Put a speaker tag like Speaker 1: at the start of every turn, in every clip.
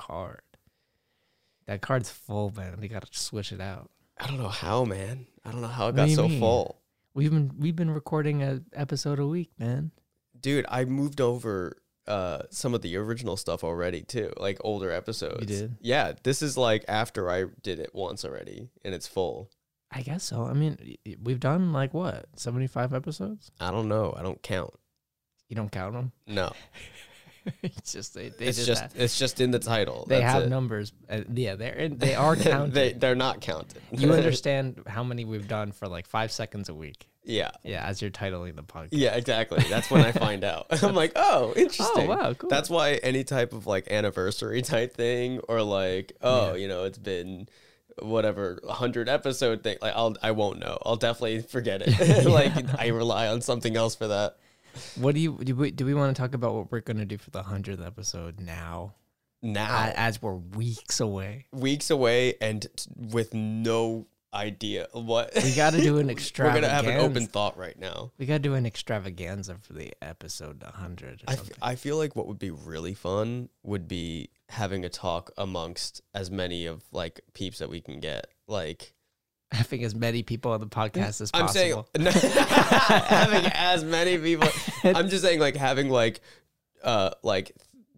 Speaker 1: card. That card's full, man. They gotta switch it out.
Speaker 2: I don't know how, man. I don't know how
Speaker 1: What
Speaker 2: it
Speaker 1: do
Speaker 2: got
Speaker 1: you
Speaker 2: so
Speaker 1: mean?
Speaker 2: full.
Speaker 1: We've been we've been recording a episode a week, man.
Speaker 2: Dude, I moved over uh some of the original stuff already too, like older episodes.
Speaker 1: did?
Speaker 2: Yeah, this is like after I did it once already and it's full.
Speaker 1: I guess so. I mean, y- y- we've done like what seventy five episodes.
Speaker 2: I don't know. I don't count.
Speaker 1: You don't count them.
Speaker 2: No.
Speaker 1: it's just they. they
Speaker 2: it's
Speaker 1: just,
Speaker 2: just
Speaker 1: ha-
Speaker 2: it's just in the title.
Speaker 1: they
Speaker 2: That's
Speaker 1: have
Speaker 2: it.
Speaker 1: numbers. Uh, yeah, they're in, they are counted.
Speaker 2: they they're not counted.
Speaker 1: you understand how many we've done for like five seconds a week.
Speaker 2: yeah.
Speaker 1: Yeah, as you're titling the podcast.
Speaker 2: Yeah, exactly. That's when I find out. I'm like, oh, interesting.
Speaker 1: Oh wow, cool.
Speaker 2: That's why any type of like anniversary type thing or like, oh,
Speaker 1: Yeah.
Speaker 2: you know, it's been whatever 100 episode thing, like I'll I won't know. I'll definitely forget it. like I rely on something else for that.
Speaker 1: what do you do? We, do we want to talk about what we're gonna do for the hundredth episode now,
Speaker 2: Now,
Speaker 1: a- as we're weeks away?
Speaker 2: weeks away and t- with no idea what
Speaker 1: We gotta do an
Speaker 2: We're going to have an open
Speaker 1: extravaganza.
Speaker 2: thought right now.
Speaker 1: We gotta do an extravaganza for the episode hundred.
Speaker 2: I, f- I feel like what would be really fun would be having a talk amongst as many of like peeps that we can get. Like
Speaker 1: having as many people on the podcast as
Speaker 2: I'm saying
Speaker 1: possible.
Speaker 2: having as many people. I'm just saying like having like uh like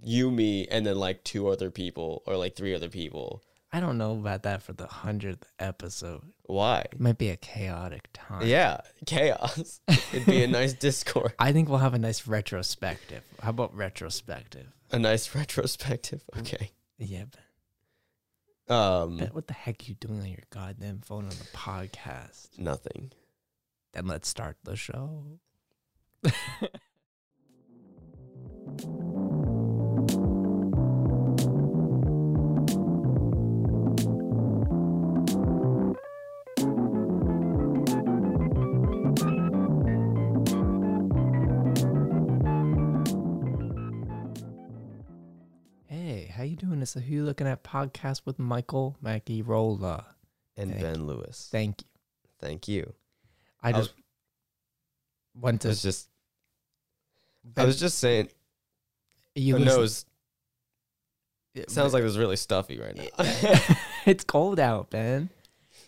Speaker 2: you me and then like two other people or like three other people.
Speaker 1: I don't know about that for the hundredth episode.
Speaker 2: Why?
Speaker 1: It might be a chaotic time.
Speaker 2: Yeah, chaos. It'd be a nice discord,
Speaker 1: I think we'll have a nice retrospective. How about retrospective?
Speaker 2: a nice retrospective. Okay.
Speaker 1: Yeah, but
Speaker 2: Um
Speaker 1: but what the heck you doing on your goddamn phone on the podcast?
Speaker 2: nothing.
Speaker 1: Then let's start the show. Hey, how you doing? It's the Who You Looking At podcast with Michael Mackey Rolla.
Speaker 2: And
Speaker 1: Thank
Speaker 2: Ben Lewis.
Speaker 1: Thank you.
Speaker 2: Thank you.
Speaker 1: I
Speaker 2: I
Speaker 1: just went
Speaker 2: I
Speaker 1: to.
Speaker 2: was just I
Speaker 1: Ben-
Speaker 2: was just saying
Speaker 1: you
Speaker 2: your
Speaker 1: listen-
Speaker 2: nose
Speaker 1: it-
Speaker 2: sounds like it was really stuffy right now.
Speaker 1: it's cold out, man.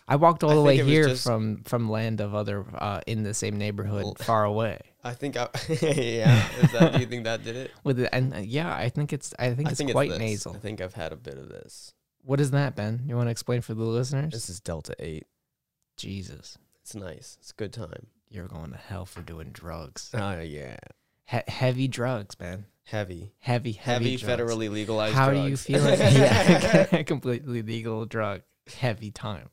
Speaker 1: I walked all
Speaker 2: I
Speaker 1: the way
Speaker 2: think it was
Speaker 1: here
Speaker 2: just-
Speaker 1: from from land of other uh, in the same neighborhood,
Speaker 2: Well-
Speaker 1: far away.
Speaker 2: I think I yeah, is that do you think that did it?
Speaker 1: With it, and uh, yeah, I think it's I think it's quite
Speaker 2: this.
Speaker 1: nasal.
Speaker 2: I think I've had a bit of this.
Speaker 1: What is that, Ben? You want to explain for the listeners?
Speaker 2: This is Delta 8.
Speaker 1: Jesus,
Speaker 2: It's nice. It's a good time.
Speaker 1: you're going to hell for doing drugs.
Speaker 2: Oh, yeah.
Speaker 1: He- heavy drugs, man.
Speaker 2: Heavy.
Speaker 1: Heavy, heavy,
Speaker 2: Heavy,
Speaker 1: drugs.
Speaker 2: federally legalized
Speaker 1: How
Speaker 2: drugs.
Speaker 1: do you feel? yeah, completely legal drug, heavy time.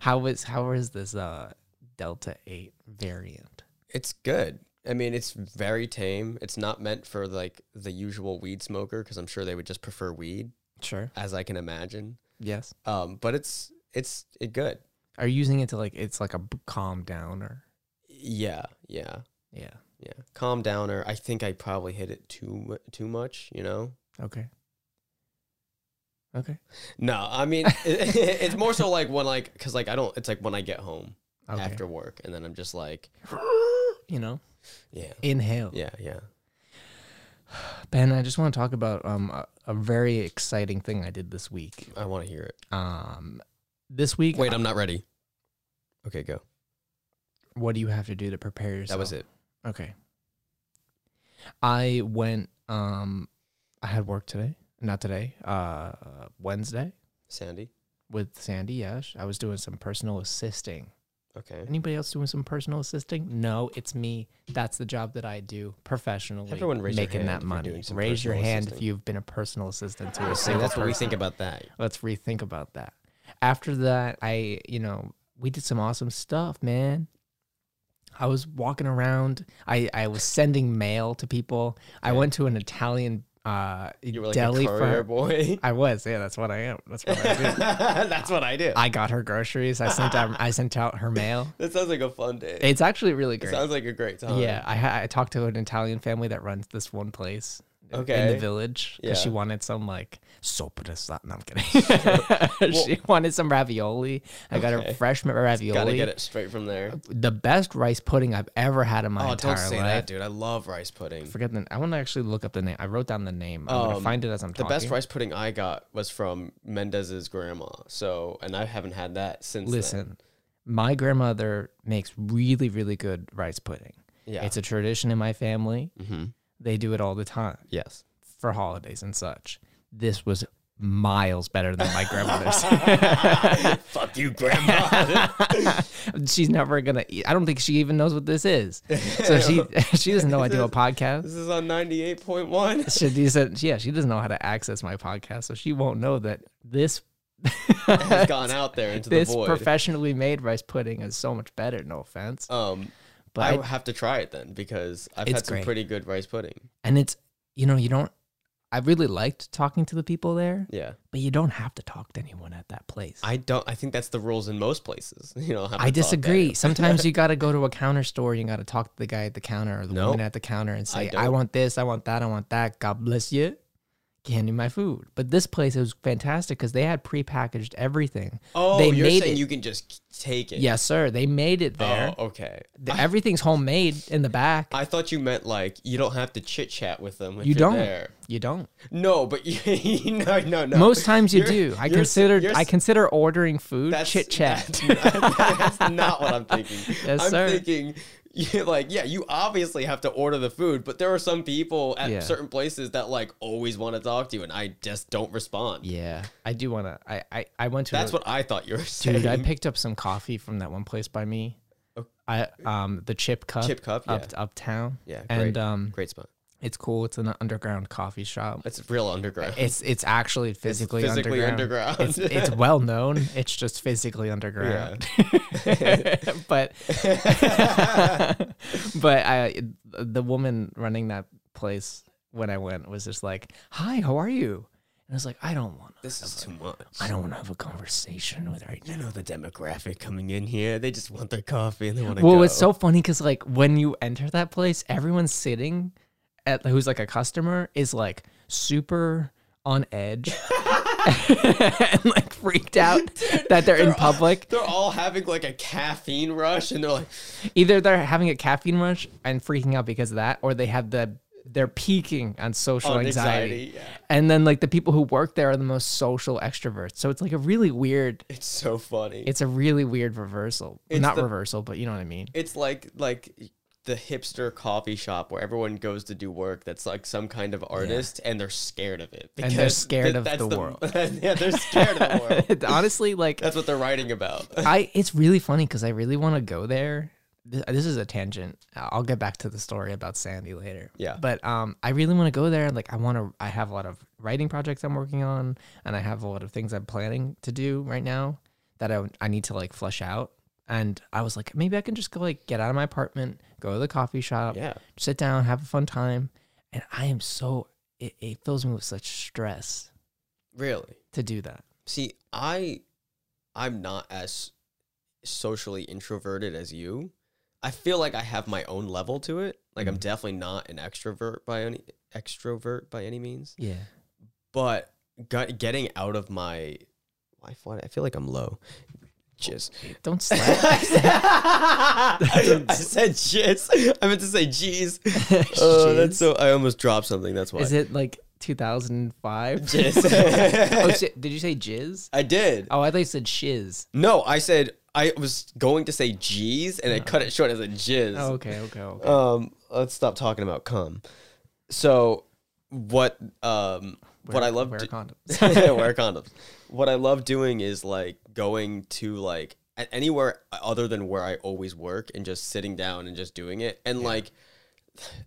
Speaker 1: How is how is this uh Delta Eight variant?
Speaker 2: it's good. I mean, it's very tame. It's not meant for like the usual weed smoker because I'm sure they would just prefer weed,
Speaker 1: Sure.
Speaker 2: as I can imagine.
Speaker 1: Yes.
Speaker 2: Um, but it's it's it good.
Speaker 1: Are you using it to like it's like a b- calm down or
Speaker 2: Yeah, yeah,
Speaker 1: yeah.
Speaker 2: yeah. Calm down, or I think I probably hit it too mu- too much. You know,
Speaker 1: Okay. Okay.
Speaker 2: No, I mean it, it's more so like when like because like I don't. It's like when I get home
Speaker 1: Okay.
Speaker 2: after work, and then I'm just like,
Speaker 1: you know,
Speaker 2: yeah,
Speaker 1: inhale.
Speaker 2: yeah, yeah.
Speaker 1: Ben, I just want to talk about um a, a very exciting thing I did this week.
Speaker 2: I want to hear it.
Speaker 1: Um this week
Speaker 2: Wait, I'm not ready. Okay, go.
Speaker 1: what do you have to do to prepare yourself?
Speaker 2: That was it.
Speaker 1: Okay. I went um I had work today. Not today. Uh Wednesday
Speaker 2: Sandy.
Speaker 1: with Sandy Yash. I was doing some personal assisting.
Speaker 2: Okay.
Speaker 1: Anybody else doing some personal assisting? No, it's me. That's the job that I do professionally.
Speaker 2: Everyone raise your
Speaker 1: making
Speaker 2: hand
Speaker 1: that
Speaker 2: if you're
Speaker 1: money.
Speaker 2: doing some
Speaker 1: raise your
Speaker 2: personal
Speaker 1: hand if
Speaker 2: assisting.
Speaker 1: you've been a personal assistant to
Speaker 2: We'll
Speaker 1: a
Speaker 2: see.
Speaker 1: single
Speaker 2: That's what we
Speaker 1: person.
Speaker 2: think about that.
Speaker 1: Let's rethink about that. After that, I you know we did some awesome stuff, man. I was walking around. I I was sending mail to people. I
Speaker 2: Yeah.
Speaker 1: went to an Italian uh
Speaker 2: You were like
Speaker 1: deli
Speaker 2: a
Speaker 1: for.
Speaker 2: courier boy.
Speaker 1: I was yeah. That's what I am. That's what I do.
Speaker 2: That's what I do.
Speaker 1: I got her groceries. I sent out I sent out her mail.
Speaker 2: that sounds like a fun day.
Speaker 1: It's actually really
Speaker 2: It
Speaker 1: great.
Speaker 2: sounds like a great time.
Speaker 1: Yeah, I ha- I talked to an Italian family that runs this one place. in
Speaker 2: Okay.
Speaker 1: the village because she
Speaker 2: Yeah.
Speaker 1: wanted some like soprasata. No, I'm kidding. she wanted some ravioli. I got her
Speaker 2: Okay.
Speaker 1: fresh ravioli.
Speaker 2: Gotta get it straight from there.
Speaker 1: The best rice pudding I've ever had in my
Speaker 2: Oh,
Speaker 1: entire
Speaker 2: don't say
Speaker 1: life.
Speaker 2: that, dude. I love rice pudding.
Speaker 1: Forget the. I want to actually look up the name. I wrote down the name. I'm gonna
Speaker 2: Um,
Speaker 1: find it as I'm
Speaker 2: The
Speaker 1: talking.
Speaker 2: best rice pudding I got was from Mendez's grandma. So, and I haven't had that since. then.
Speaker 1: Listen, my grandmother makes really, really good rice pudding.
Speaker 2: Yeah.
Speaker 1: It's a tradition in my family.
Speaker 2: Mhm.
Speaker 1: They do it all the time
Speaker 2: Yes.
Speaker 1: for holidays and such. This was miles better than my grandmother's.
Speaker 2: Fuck you, grandma.
Speaker 1: She's never gonna. Eat. I don't think she even knows what this is. So she she doesn't know I do a podcast.
Speaker 2: this is on ninety eight point one.
Speaker 1: She, she said, yeah, she doesn't know how to access my podcast, so she won't know that this
Speaker 2: Has gone out there into the
Speaker 1: this
Speaker 2: void.
Speaker 1: professionally made rice pudding is so much better. No offense,
Speaker 2: um,
Speaker 1: but
Speaker 2: I
Speaker 1: I-
Speaker 2: have to try it then because I've
Speaker 1: It's
Speaker 2: had some
Speaker 1: great.
Speaker 2: pretty good rice pudding.
Speaker 1: and it's you know you don't. I really liked talking to the people there,
Speaker 2: Yeah.
Speaker 1: but you don't have to talk to anyone at that place. I,
Speaker 2: I don't. I think that's the rules in most places. You know. have to talk to
Speaker 1: disagree.
Speaker 2: you.
Speaker 1: Sometimes you got to go to a counter store. You got to talk to the guy at the counter or the
Speaker 2: Nope.
Speaker 1: woman at the counter and say, I,
Speaker 2: don't.
Speaker 1: want this, I want that, I want that. God bless you. Can't do my food." But this place it was fantastic because they had prepackaged everything.
Speaker 2: Oh,
Speaker 1: they
Speaker 2: you're
Speaker 1: made
Speaker 2: saying
Speaker 1: it.
Speaker 2: you can just take it.
Speaker 1: Yes, sir. They made it there.
Speaker 2: Oh, okay.
Speaker 1: The- Everything's homemade in the back.
Speaker 2: I thought you meant like you don't have to chit chat with them. If
Speaker 1: you
Speaker 2: are
Speaker 1: don't.
Speaker 2: There.
Speaker 1: You don't.
Speaker 2: No, but you, no, no, no.
Speaker 1: Most times you
Speaker 2: You're-
Speaker 1: do. I
Speaker 2: you're s-
Speaker 1: consider
Speaker 2: you're
Speaker 1: I
Speaker 2: s-
Speaker 1: consider ordering food
Speaker 2: that's-
Speaker 1: chit chat.
Speaker 2: That's, that's not what I'm thinking.
Speaker 1: Yes,
Speaker 2: I'm
Speaker 1: sir.
Speaker 2: thinking, you like, yeah, you obviously have to order the food, but there are some people at
Speaker 1: Yeah.
Speaker 2: certain places that like always want to talk to you, and I just don't respond.
Speaker 1: Yeah, I do want to. I, I I went to. a-
Speaker 2: That's what I thought you were saying.
Speaker 1: dude. I picked up some coffee from that one place by me. I um the Chip Cup.
Speaker 2: Chip Cup,
Speaker 1: up, uptown.
Speaker 2: yeah, great,
Speaker 1: and um,
Speaker 2: great spot.
Speaker 1: it's cool. It's an underground coffee shop.
Speaker 2: That's real underground.
Speaker 1: It's it's actually physically,
Speaker 2: physically
Speaker 1: underground.
Speaker 2: underground.
Speaker 1: It's, it's well known. It's just physically underground. but but I the woman running that place when I went was just like, "Hi, how are you?" And I was like, "I don't want to.
Speaker 2: this is too much.
Speaker 1: I don't want to have a conversation with right now."
Speaker 2: You know the demographic coming in here. They just want their coffee and they want to
Speaker 1: Well,
Speaker 2: go.
Speaker 1: it's so funny because like when you enter that place, everyone's sitting at who's like a customer is like super on edge and like freaked out that they're, in public.
Speaker 2: They're all having like a caffeine rush, and they're like,
Speaker 1: Either they're having a caffeine rush and freaking out because of that, or they have the they're peaking on social
Speaker 2: On
Speaker 1: anxiety.
Speaker 2: Oh, anxiety, yeah.
Speaker 1: And then like the people who work there are the most social extroverts. So it's like a really weird.
Speaker 2: "It's so funny."
Speaker 1: It's a really weird reversal. Not
Speaker 2: the-
Speaker 1: reversal, but you know what I mean.
Speaker 2: it's like like the hipster coffee shop where everyone goes to do work that's like some kind of artist and they're scared of it
Speaker 1: they're
Speaker 2: because
Speaker 1: scared of
Speaker 2: that's
Speaker 1: the world.
Speaker 2: yeah they're scared of the world
Speaker 1: Honestly, like
Speaker 2: that's what they're writing about
Speaker 1: I it's really funny because I really want to go there. Th- This is a tangent. I'll get back to the story about Sandy later.
Speaker 2: Yeah.
Speaker 1: But um, I really want to go there. Like, I want to. I have a lot of writing projects I'm working on, and I have a lot of things I'm planning to do right now that I I need to like flesh out. And I was like, maybe I can just go like get out of my apartment, go to the coffee shop,
Speaker 2: Yeah.
Speaker 1: sit down, have a fun time. And I am so it, it fills me with such stress
Speaker 2: really
Speaker 1: to do that.
Speaker 2: see i i'm not as socially introverted as you i feel like i have my own level to it like
Speaker 1: Mm-hmm.
Speaker 2: i'm definitely not an extrovert by any extrovert by any means
Speaker 1: Yeah.
Speaker 2: but got, getting out of my I feel- I feel like I'm low. Jizz.
Speaker 1: Don't slap.
Speaker 2: I said jizz. I meant to say jeez. Oh, that's so. I almost dropped something. That's why.
Speaker 1: Is it like 2005? oh,
Speaker 2: jizz?
Speaker 1: shit, did you say jizz?
Speaker 2: I did.
Speaker 1: Oh, I thought you said shiz.
Speaker 2: No, I said I was going to say jeez, and I cut it short as a jizz.
Speaker 1: Oh, okay, okay, okay.
Speaker 2: um let's stop talking about cum so what um what i love
Speaker 1: wear
Speaker 2: do-
Speaker 1: condoms.
Speaker 2: wear condoms what i love doing is like going to like a- anywhere other than where i always work and just sitting down and just doing it and like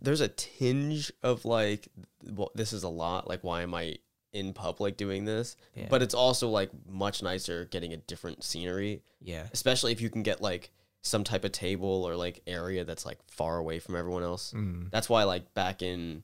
Speaker 2: there's a tinge of like well, this is a lot like why am i in public doing this
Speaker 1: Yeah.
Speaker 2: but it's also like much nicer getting a different scenery
Speaker 1: Yeah.
Speaker 2: especially if you can get like some type of table or like area that's like far away from everyone else.
Speaker 1: Mm.
Speaker 2: That's why like back in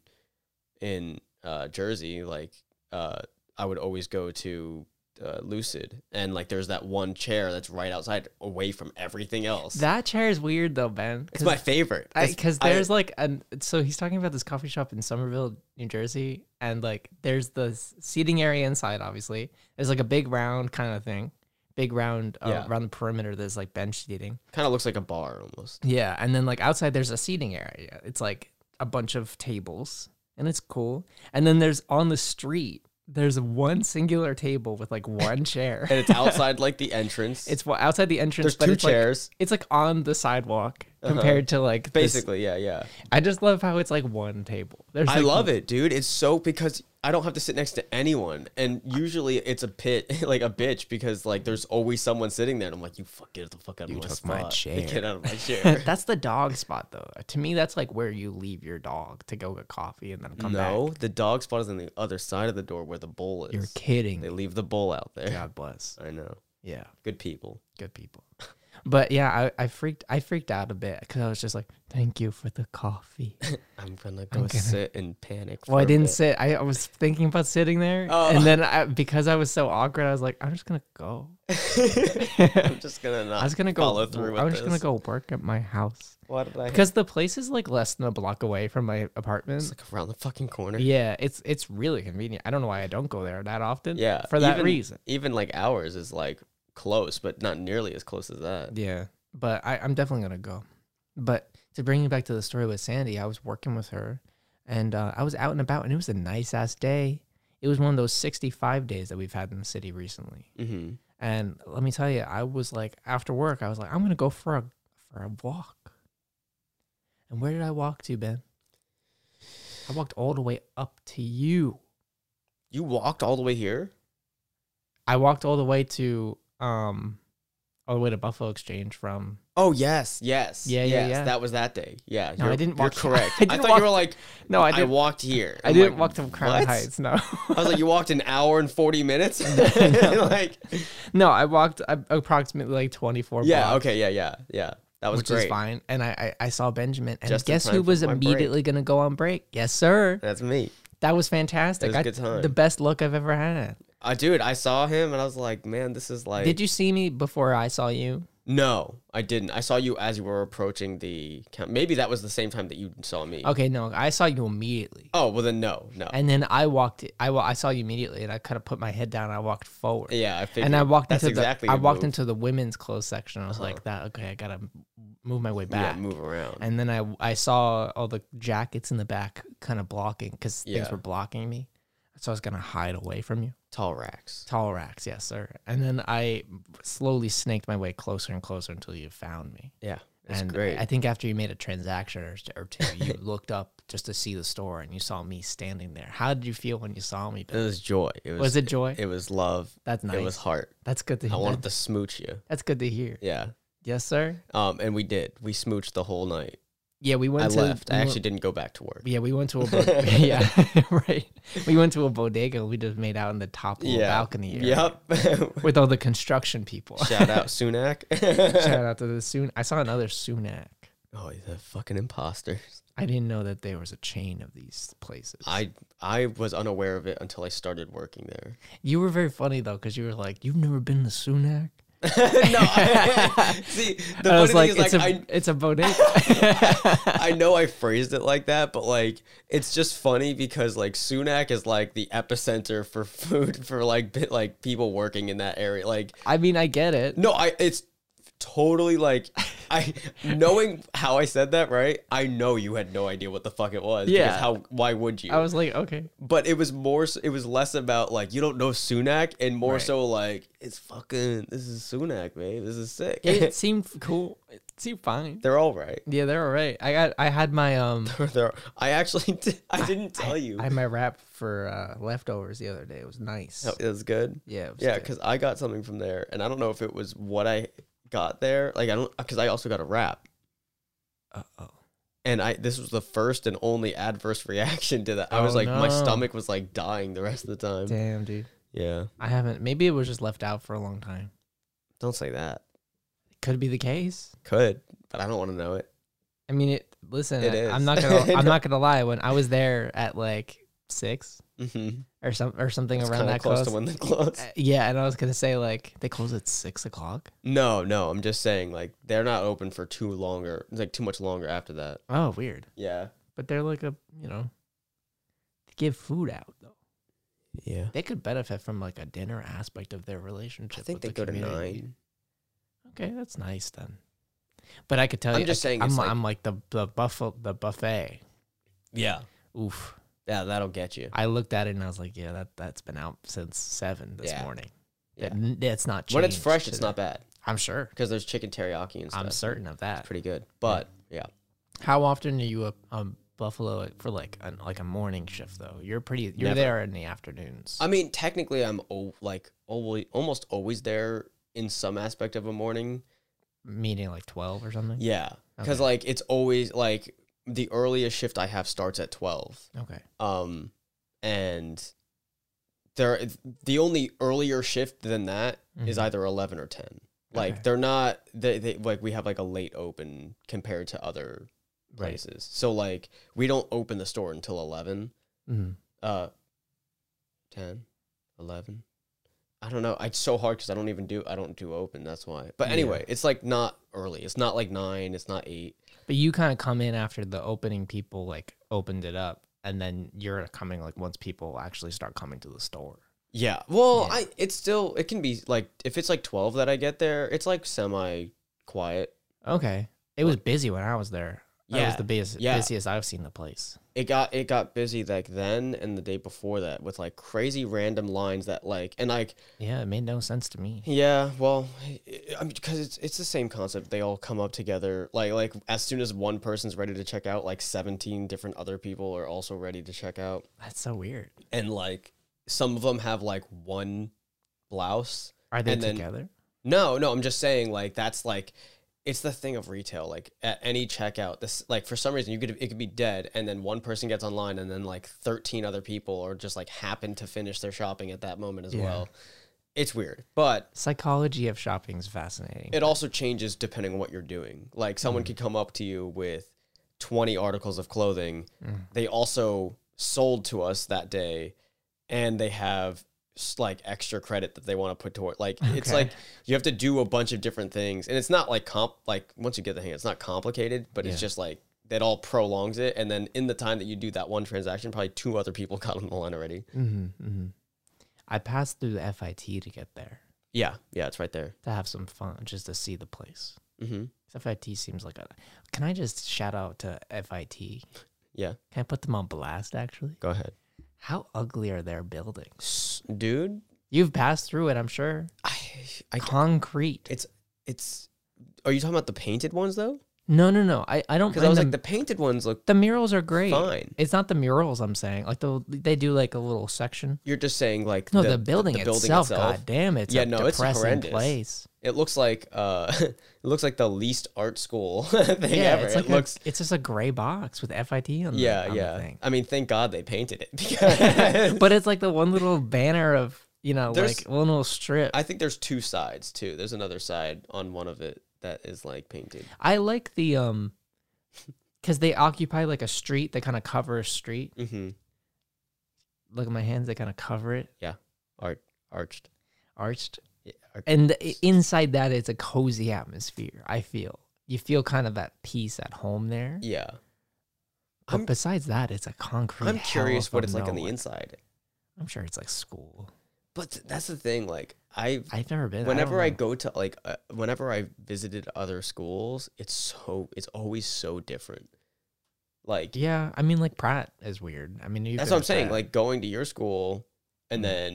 Speaker 2: in uh Jersey, like uh I would always go to uh, Lucid, and like there's that one chair that's right outside, away from everything else.
Speaker 1: That chair is weird though, Ben.
Speaker 2: it's my favorite
Speaker 1: because
Speaker 2: I-
Speaker 1: there's like an so he's talking about this coffee shop in Somerville, New Jersey, and like there's the s- seating area inside. Obviously, there's like a big round kind of thing, big round uh,
Speaker 2: Yeah.
Speaker 1: around the perimeter. There's like bench seating.
Speaker 2: kind of looks like a bar almost.
Speaker 1: Yeah, and then like outside there's a seating area. It's like a bunch of tables, and it's cool. And then there's on the street. There's one singular table with like one chair.
Speaker 2: and it's outside like the entrance.
Speaker 1: It's wa- outside the entrance.
Speaker 2: there's
Speaker 1: but
Speaker 2: two
Speaker 1: it's, like-
Speaker 2: chairs, Uh-huh.
Speaker 1: it's like on the sidewalk compared to like this-
Speaker 2: basically. Yeah, yeah.
Speaker 1: I just love how it's like one table. There's
Speaker 2: I
Speaker 1: like,
Speaker 2: love it, dude. It's so because I don't have to sit next to anyone, and usually it's a pit, like a bitch, because like there's always someone sitting there, and I'm like, you fuck, get the fuck out of my
Speaker 1: took
Speaker 2: spot.
Speaker 1: my
Speaker 2: Get out of my chair.
Speaker 1: that's the dog spot though. To me, that's like where you leave your dog to go get coffee and then come
Speaker 2: no,
Speaker 1: back.
Speaker 2: the dog spot is on the other side of the door where the bowl is.
Speaker 1: You're kidding.
Speaker 2: They leave the bowl out there.
Speaker 1: God bless.
Speaker 2: I know.
Speaker 1: Yeah,
Speaker 2: Good people.
Speaker 1: good people. But yeah, I, I freaked I freaked out a bit because I was just like, "Thank you for the coffee."
Speaker 2: I'm gonna go sit and panic.
Speaker 1: Well, I
Speaker 2: for a
Speaker 1: didn't
Speaker 2: bit.
Speaker 1: sit. I, I was thinking about sitting there,
Speaker 2: Oh.
Speaker 1: and then I, because I was so awkward, I was like, "I'm just gonna go.
Speaker 2: I'm just gonna not.
Speaker 1: I was gonna go.
Speaker 2: follow through. With
Speaker 1: I was just gonna
Speaker 2: this.
Speaker 1: go work at my house
Speaker 2: Why did I?
Speaker 1: because the place is like less than a block away from my apartment.
Speaker 2: It's like around the fucking corner.
Speaker 1: Yeah, it's it's really convenient. I don't know why I don't go there that often.
Speaker 2: Yeah.
Speaker 1: for that
Speaker 2: even-
Speaker 1: reason.
Speaker 2: Even like ours is like close, but not nearly as close as that.
Speaker 1: Yeah, but I, I'm definitely gonna go. But to bring you back to the story with Sandy, I was working with her, and uh, I was out and about, and it was a nice ass day. It was one of those 65 days that we've had in the city recently.
Speaker 2: Mm-hmm.
Speaker 1: And let me tell you, I was like after work, I was like, I'm gonna go for a for a walk. And where did I walk to, Ben? I walked all the way up to you.
Speaker 2: You walked all the way here?
Speaker 1: I walked all the way to um all the way to Buffalo Exchange from
Speaker 2: Oh yes, yes,
Speaker 1: Yeah, yeah,
Speaker 2: yes.
Speaker 1: yeah.
Speaker 2: That was that day. Yeah,
Speaker 1: No, I
Speaker 2: you're-
Speaker 1: didn't
Speaker 2: you're
Speaker 1: walk-
Speaker 2: correct.
Speaker 1: I
Speaker 2: I,
Speaker 1: didn't
Speaker 2: thought
Speaker 1: walk-
Speaker 2: you were like,
Speaker 1: No, I
Speaker 2: I,
Speaker 1: didn't
Speaker 2: walked here.
Speaker 1: I
Speaker 2: I'm
Speaker 1: didn't
Speaker 2: like,
Speaker 1: walk to Crown
Speaker 2: "What?"
Speaker 1: Heights, no.
Speaker 2: I was like, you walked an hour and forty minutes. like,
Speaker 1: no, I walked uh, approximately like 24
Speaker 2: yeah,
Speaker 1: blocks,
Speaker 2: okay, yeah, yeah, yeah. That was
Speaker 1: which
Speaker 2: great.
Speaker 1: is fine. And I, I I saw Benjamin and
Speaker 2: Just in
Speaker 1: guess
Speaker 2: time
Speaker 1: who
Speaker 2: for
Speaker 1: was
Speaker 2: my break.
Speaker 1: immediately going to go on break? Yes, sir.
Speaker 2: That's me.
Speaker 1: That was fantastic.
Speaker 2: It was a
Speaker 1: I-
Speaker 2: good time.
Speaker 1: The best look I've ever had.
Speaker 2: I dude, I saw him and I was like, man, this is like.
Speaker 1: Did you see me before I saw you?
Speaker 2: No, I didn't. I saw you as you were approaching the count. Maybe that was the same time that you saw me.
Speaker 1: Okay, no, I saw you immediately.
Speaker 2: Oh well, then no, no.
Speaker 1: And then I walked I wa- I saw you immediately and I kind of put my head down and I walked forward.
Speaker 2: yeah, I figured.
Speaker 1: and I walked
Speaker 2: That's
Speaker 1: into
Speaker 2: exactly
Speaker 1: the I
Speaker 2: your
Speaker 1: walked
Speaker 2: move. Uh-huh.
Speaker 1: into the women's clothes section. I was like, that okay, I gotta move my way back.
Speaker 2: Yeah, move around.
Speaker 1: And then I I saw all the jackets in the back kind of blocking because things
Speaker 2: Yeah.
Speaker 1: were blocking me, so I was gonna hide away from you.
Speaker 2: Tall racks.
Speaker 1: Tall racks, yes sir. And then I slowly snaked my way closer and closer until you found me.
Speaker 2: Yeah, it's
Speaker 1: and
Speaker 2: great.
Speaker 1: I think after you made a transaction or, or two, you looked up just to see the store and you saw me standing there. How did you feel when you saw me?
Speaker 2: it was joy. It was.
Speaker 1: Was it joy?
Speaker 2: It was love.
Speaker 1: That's nice.
Speaker 2: It was heart.
Speaker 1: That's good to
Speaker 2: I
Speaker 1: hear.
Speaker 2: wanted to smooch you.
Speaker 1: That's good to hear.
Speaker 2: Yeah.
Speaker 1: Yes, sir.
Speaker 2: Um, and we did. We smooched the whole night.
Speaker 1: Yeah, we went
Speaker 2: I
Speaker 1: to
Speaker 2: left. I
Speaker 1: we went-
Speaker 2: actually didn't go back to work.
Speaker 1: Yeah, we went to a bod- yeah, right. We went to a bodega. We just made out in the top little
Speaker 2: Yeah.
Speaker 1: balcony area
Speaker 2: Yep.
Speaker 1: with all the construction people.
Speaker 2: Shout out Sunak.
Speaker 1: Shout out to the Sun. I saw another Sunak.
Speaker 2: oh, the fucking imposters.
Speaker 1: I didn't know that there was a chain of these places.
Speaker 2: I I was unaware of it until I started working there.
Speaker 1: you were very funny though, because you were like, "You've never been to Sunak."
Speaker 2: no, I, see, the
Speaker 1: I
Speaker 2: funny
Speaker 1: was
Speaker 2: thing
Speaker 1: like,
Speaker 2: is, like,
Speaker 1: "It's a
Speaker 2: I,
Speaker 1: it's a bodega."
Speaker 2: I know I phrased it like that, but like, it's just funny because like Sunak is like the epicenter for food for like bit, like people working in that area. Like,
Speaker 1: I mean, I get it.
Speaker 2: no, I it's totally like I knowing how I said that, right? I know you had no idea what the fuck it was. because
Speaker 1: Yeah.
Speaker 2: how? Why would you?
Speaker 1: I was like, okay,
Speaker 2: but it was more. s- It was less about like you don't know Sunak, and more
Speaker 1: Right.
Speaker 2: so like it's fucking. This is Sunak, man. This is sick.
Speaker 1: it seemed cool. It seemed fine.
Speaker 2: They're all right.
Speaker 1: Yeah, they're all right. I got I had my um.
Speaker 2: They're- I actually did, I didn't tell you.
Speaker 1: I had my wrap for uh, leftovers the other day. It was nice.
Speaker 2: it was good.
Speaker 1: Yeah, it was
Speaker 2: Oh. Yeah,
Speaker 1: good.
Speaker 2: because I got something from there, and I don't know if it was what I got there. Like I don't, because I also got a wrap,
Speaker 1: Uh-oh.
Speaker 2: and I this was the first and only adverse reaction to that. I was
Speaker 1: Oh,
Speaker 2: like, my
Speaker 1: no.
Speaker 2: stomach was like dying the rest of the time.
Speaker 1: Damn, dude.
Speaker 2: Yeah,
Speaker 1: I haven't. Maybe it was just left out for a long time.
Speaker 2: don't say that.
Speaker 1: Could be the case.
Speaker 2: Could, but I don't want to know it.
Speaker 1: I mean, it. Listen,
Speaker 2: It
Speaker 1: I,
Speaker 2: is.
Speaker 1: am not gonna. I'm
Speaker 2: No.
Speaker 1: not gonna lie. When I was there at like six
Speaker 2: Mm-hmm.
Speaker 1: or some or something
Speaker 2: It's
Speaker 1: around
Speaker 2: kind of
Speaker 1: that
Speaker 2: close,
Speaker 1: close.
Speaker 2: to when they close.
Speaker 1: Uh, yeah, and I was gonna say like they close at six o'clock.
Speaker 2: No, no, I'm just saying like they're not open for too longer, like too much longer after that.
Speaker 1: Oh, weird.
Speaker 2: Yeah.
Speaker 1: But they're like a you know, they give food out though.
Speaker 2: Yeah.
Speaker 1: They could benefit from like a dinner aspect of their relationship.
Speaker 2: I think
Speaker 1: with
Speaker 2: they
Speaker 1: the
Speaker 2: go to
Speaker 1: community.
Speaker 2: nine.
Speaker 1: Okay, that's nice then. But I could tell
Speaker 2: I'm
Speaker 1: you,
Speaker 2: just
Speaker 1: I,
Speaker 2: saying
Speaker 1: am
Speaker 2: it's like-
Speaker 1: I'm like the the buffalo the buffet.
Speaker 2: Yeah.
Speaker 1: Oof.
Speaker 2: Yeah, that'll get you.
Speaker 1: I looked at it and I was like, yeah, that that's been out since seven this
Speaker 2: Yeah.
Speaker 1: morning.
Speaker 2: Yeah.
Speaker 1: That n- that's not
Speaker 2: When it's
Speaker 1: changed
Speaker 2: fresh, it's
Speaker 1: today.
Speaker 2: not bad
Speaker 1: I'm sure.
Speaker 2: because there's chicken teriyaki and stuff.
Speaker 1: I'm certain of that.
Speaker 2: Pretty good. But yeah.
Speaker 1: How often are you up um, Buffalo for like an, like a morning shift though? You're pretty. You're
Speaker 2: Never.
Speaker 1: there in the afternoons.
Speaker 2: I mean, technically, I'm o- like always, almost always there in some aspect of a morning.
Speaker 1: meeting like twelve or something.
Speaker 2: Yeah. Because
Speaker 1: Okay.
Speaker 2: like it's always like the earliest shift I have starts at 12.
Speaker 1: Okay.
Speaker 2: um and there the only earlier shift than that is
Speaker 1: Mhm.
Speaker 2: either 11 or 10 like
Speaker 1: Okay.
Speaker 2: they're not they, they like we have like a late open compared to other
Speaker 1: Right.
Speaker 2: places so like we don't open the store until 11
Speaker 1: Mhm.
Speaker 2: uh 10 11 i don't know it's so hard because i don't even do i don't do open that's why but
Speaker 1: Yeah.
Speaker 2: anyway it's like not early it's not like 9 it's not 8
Speaker 1: But you kind of come in after the opening people like opened it up, and then you're coming like once people actually start coming to the store.
Speaker 2: Yeah. Well,
Speaker 1: Yeah.
Speaker 2: I it's still it can be like if it's like 12 that I get there, it's like semi quiet.
Speaker 1: Okay. It was busy when I was there. That
Speaker 2: Yeah.
Speaker 1: was the busiest,
Speaker 2: yeah.
Speaker 1: busiest I've seen the place.
Speaker 2: it got it got busy like then and the day before that with like crazy random lines that like and like
Speaker 1: Yeah, it made no sense to me.
Speaker 2: yeah, well, I mean because it's it's the same concept. They all come up together like like as soon as one person's ready to check out, like 17 different other people are also ready to check out.
Speaker 1: That's so weird.
Speaker 2: And like some of them have like one blouse
Speaker 1: Are they
Speaker 2: And then-
Speaker 1: together?
Speaker 2: No, no, I'm just saying like that's like it's the thing of retail. Like at any checkout, this like for some reason you could it could be dead, and then one person gets online, and then like 13 other people or just like happen to finish their shopping at that moment as
Speaker 1: Yeah.
Speaker 2: well. It's weird, but
Speaker 1: Psychology of shopping is fascinating.
Speaker 2: it also changes depending on what you're doing. Like someone could come up to you with 20 articles of clothing.
Speaker 1: Mm.
Speaker 2: They also sold to us that day and they have s- like extra credit that they want to put toward like it's
Speaker 1: Okay.
Speaker 2: like you have to do a bunch of different things and it's not like comp like once you get the hang of it, it's not complicated but
Speaker 1: Yeah.
Speaker 2: it's just like that all prolongs it and then in the time that you do that one transaction probably two other people got on the line already
Speaker 1: hmm hmm I passed through the FIT to get there
Speaker 2: yeah yeah it's right there
Speaker 1: to have some fun, just to see the place.
Speaker 2: mm-hmm.
Speaker 1: 'Cause FIT seems like a. Can I just shout out to FIT?
Speaker 2: yeah
Speaker 1: Can I put them on blast? Actually,
Speaker 2: go ahead
Speaker 1: how ugly are their buildings?
Speaker 2: S- dude
Speaker 1: You've passed through it, I'm sure.
Speaker 2: i i
Speaker 1: Concrete.
Speaker 2: It's it's. Are you talking about the painted ones though?
Speaker 1: No, no, no. I, I don't.
Speaker 2: Because
Speaker 1: blame
Speaker 2: I was
Speaker 1: them.
Speaker 2: like, the painted ones look
Speaker 1: the murals are great.
Speaker 2: fine.
Speaker 1: It's not the murals I'm saying. Like the they do like a little section.
Speaker 2: You're just saying like
Speaker 1: No, the, building, itself, God damn, it's
Speaker 2: Yeah,
Speaker 1: a
Speaker 2: no, it's
Speaker 1: depressing
Speaker 2: horrendous.
Speaker 1: place.
Speaker 2: It looks like uh, it looks like the least art school thing
Speaker 1: yeah,
Speaker 2: ever.
Speaker 1: it's like
Speaker 2: it looks.
Speaker 1: a, it's just a gray box with FIT on. the-
Speaker 2: yeah,
Speaker 1: on the
Speaker 2: yeah.
Speaker 1: thing.
Speaker 2: I mean, thank God they painted it because
Speaker 1: But it's like the one little banner of you know
Speaker 2: There's-
Speaker 1: like one little strip. I,
Speaker 2: I think there's two sides too. There's another side on one of it that is like painted.
Speaker 1: like the um, because they occupy like a street. They kind of cover a street.
Speaker 2: Mm-hmm.
Speaker 1: Look at my hands. They kind of cover it,
Speaker 2: Art arched.
Speaker 1: arched.
Speaker 2: Yeah, arched.
Speaker 1: And the, i- inside that, it's a cozy atmosphere. I feel you feel kind of at peace at home there.
Speaker 2: Yeah.
Speaker 1: But
Speaker 2: I'm-
Speaker 1: besides that, it's a concrete.
Speaker 2: I'm
Speaker 1: hell
Speaker 2: curious
Speaker 1: of
Speaker 2: what
Speaker 1: a
Speaker 2: it's like on the
Speaker 1: nowhere.
Speaker 2: inside.
Speaker 1: I'm sure it's like school.
Speaker 2: But th- that's the thing. Like I've
Speaker 1: I've never been. don't
Speaker 2: whenever I,
Speaker 1: know.
Speaker 2: go to like uh, whenever I visited other schools, it's so it's always so different. Like
Speaker 1: yeah, I mean, like Pratt is weird. I mean, you've
Speaker 2: that's
Speaker 1: been
Speaker 2: what I'm
Speaker 1: to
Speaker 2: saying.
Speaker 1: Pratt.
Speaker 2: Like going to your school and
Speaker 1: Mm.
Speaker 2: then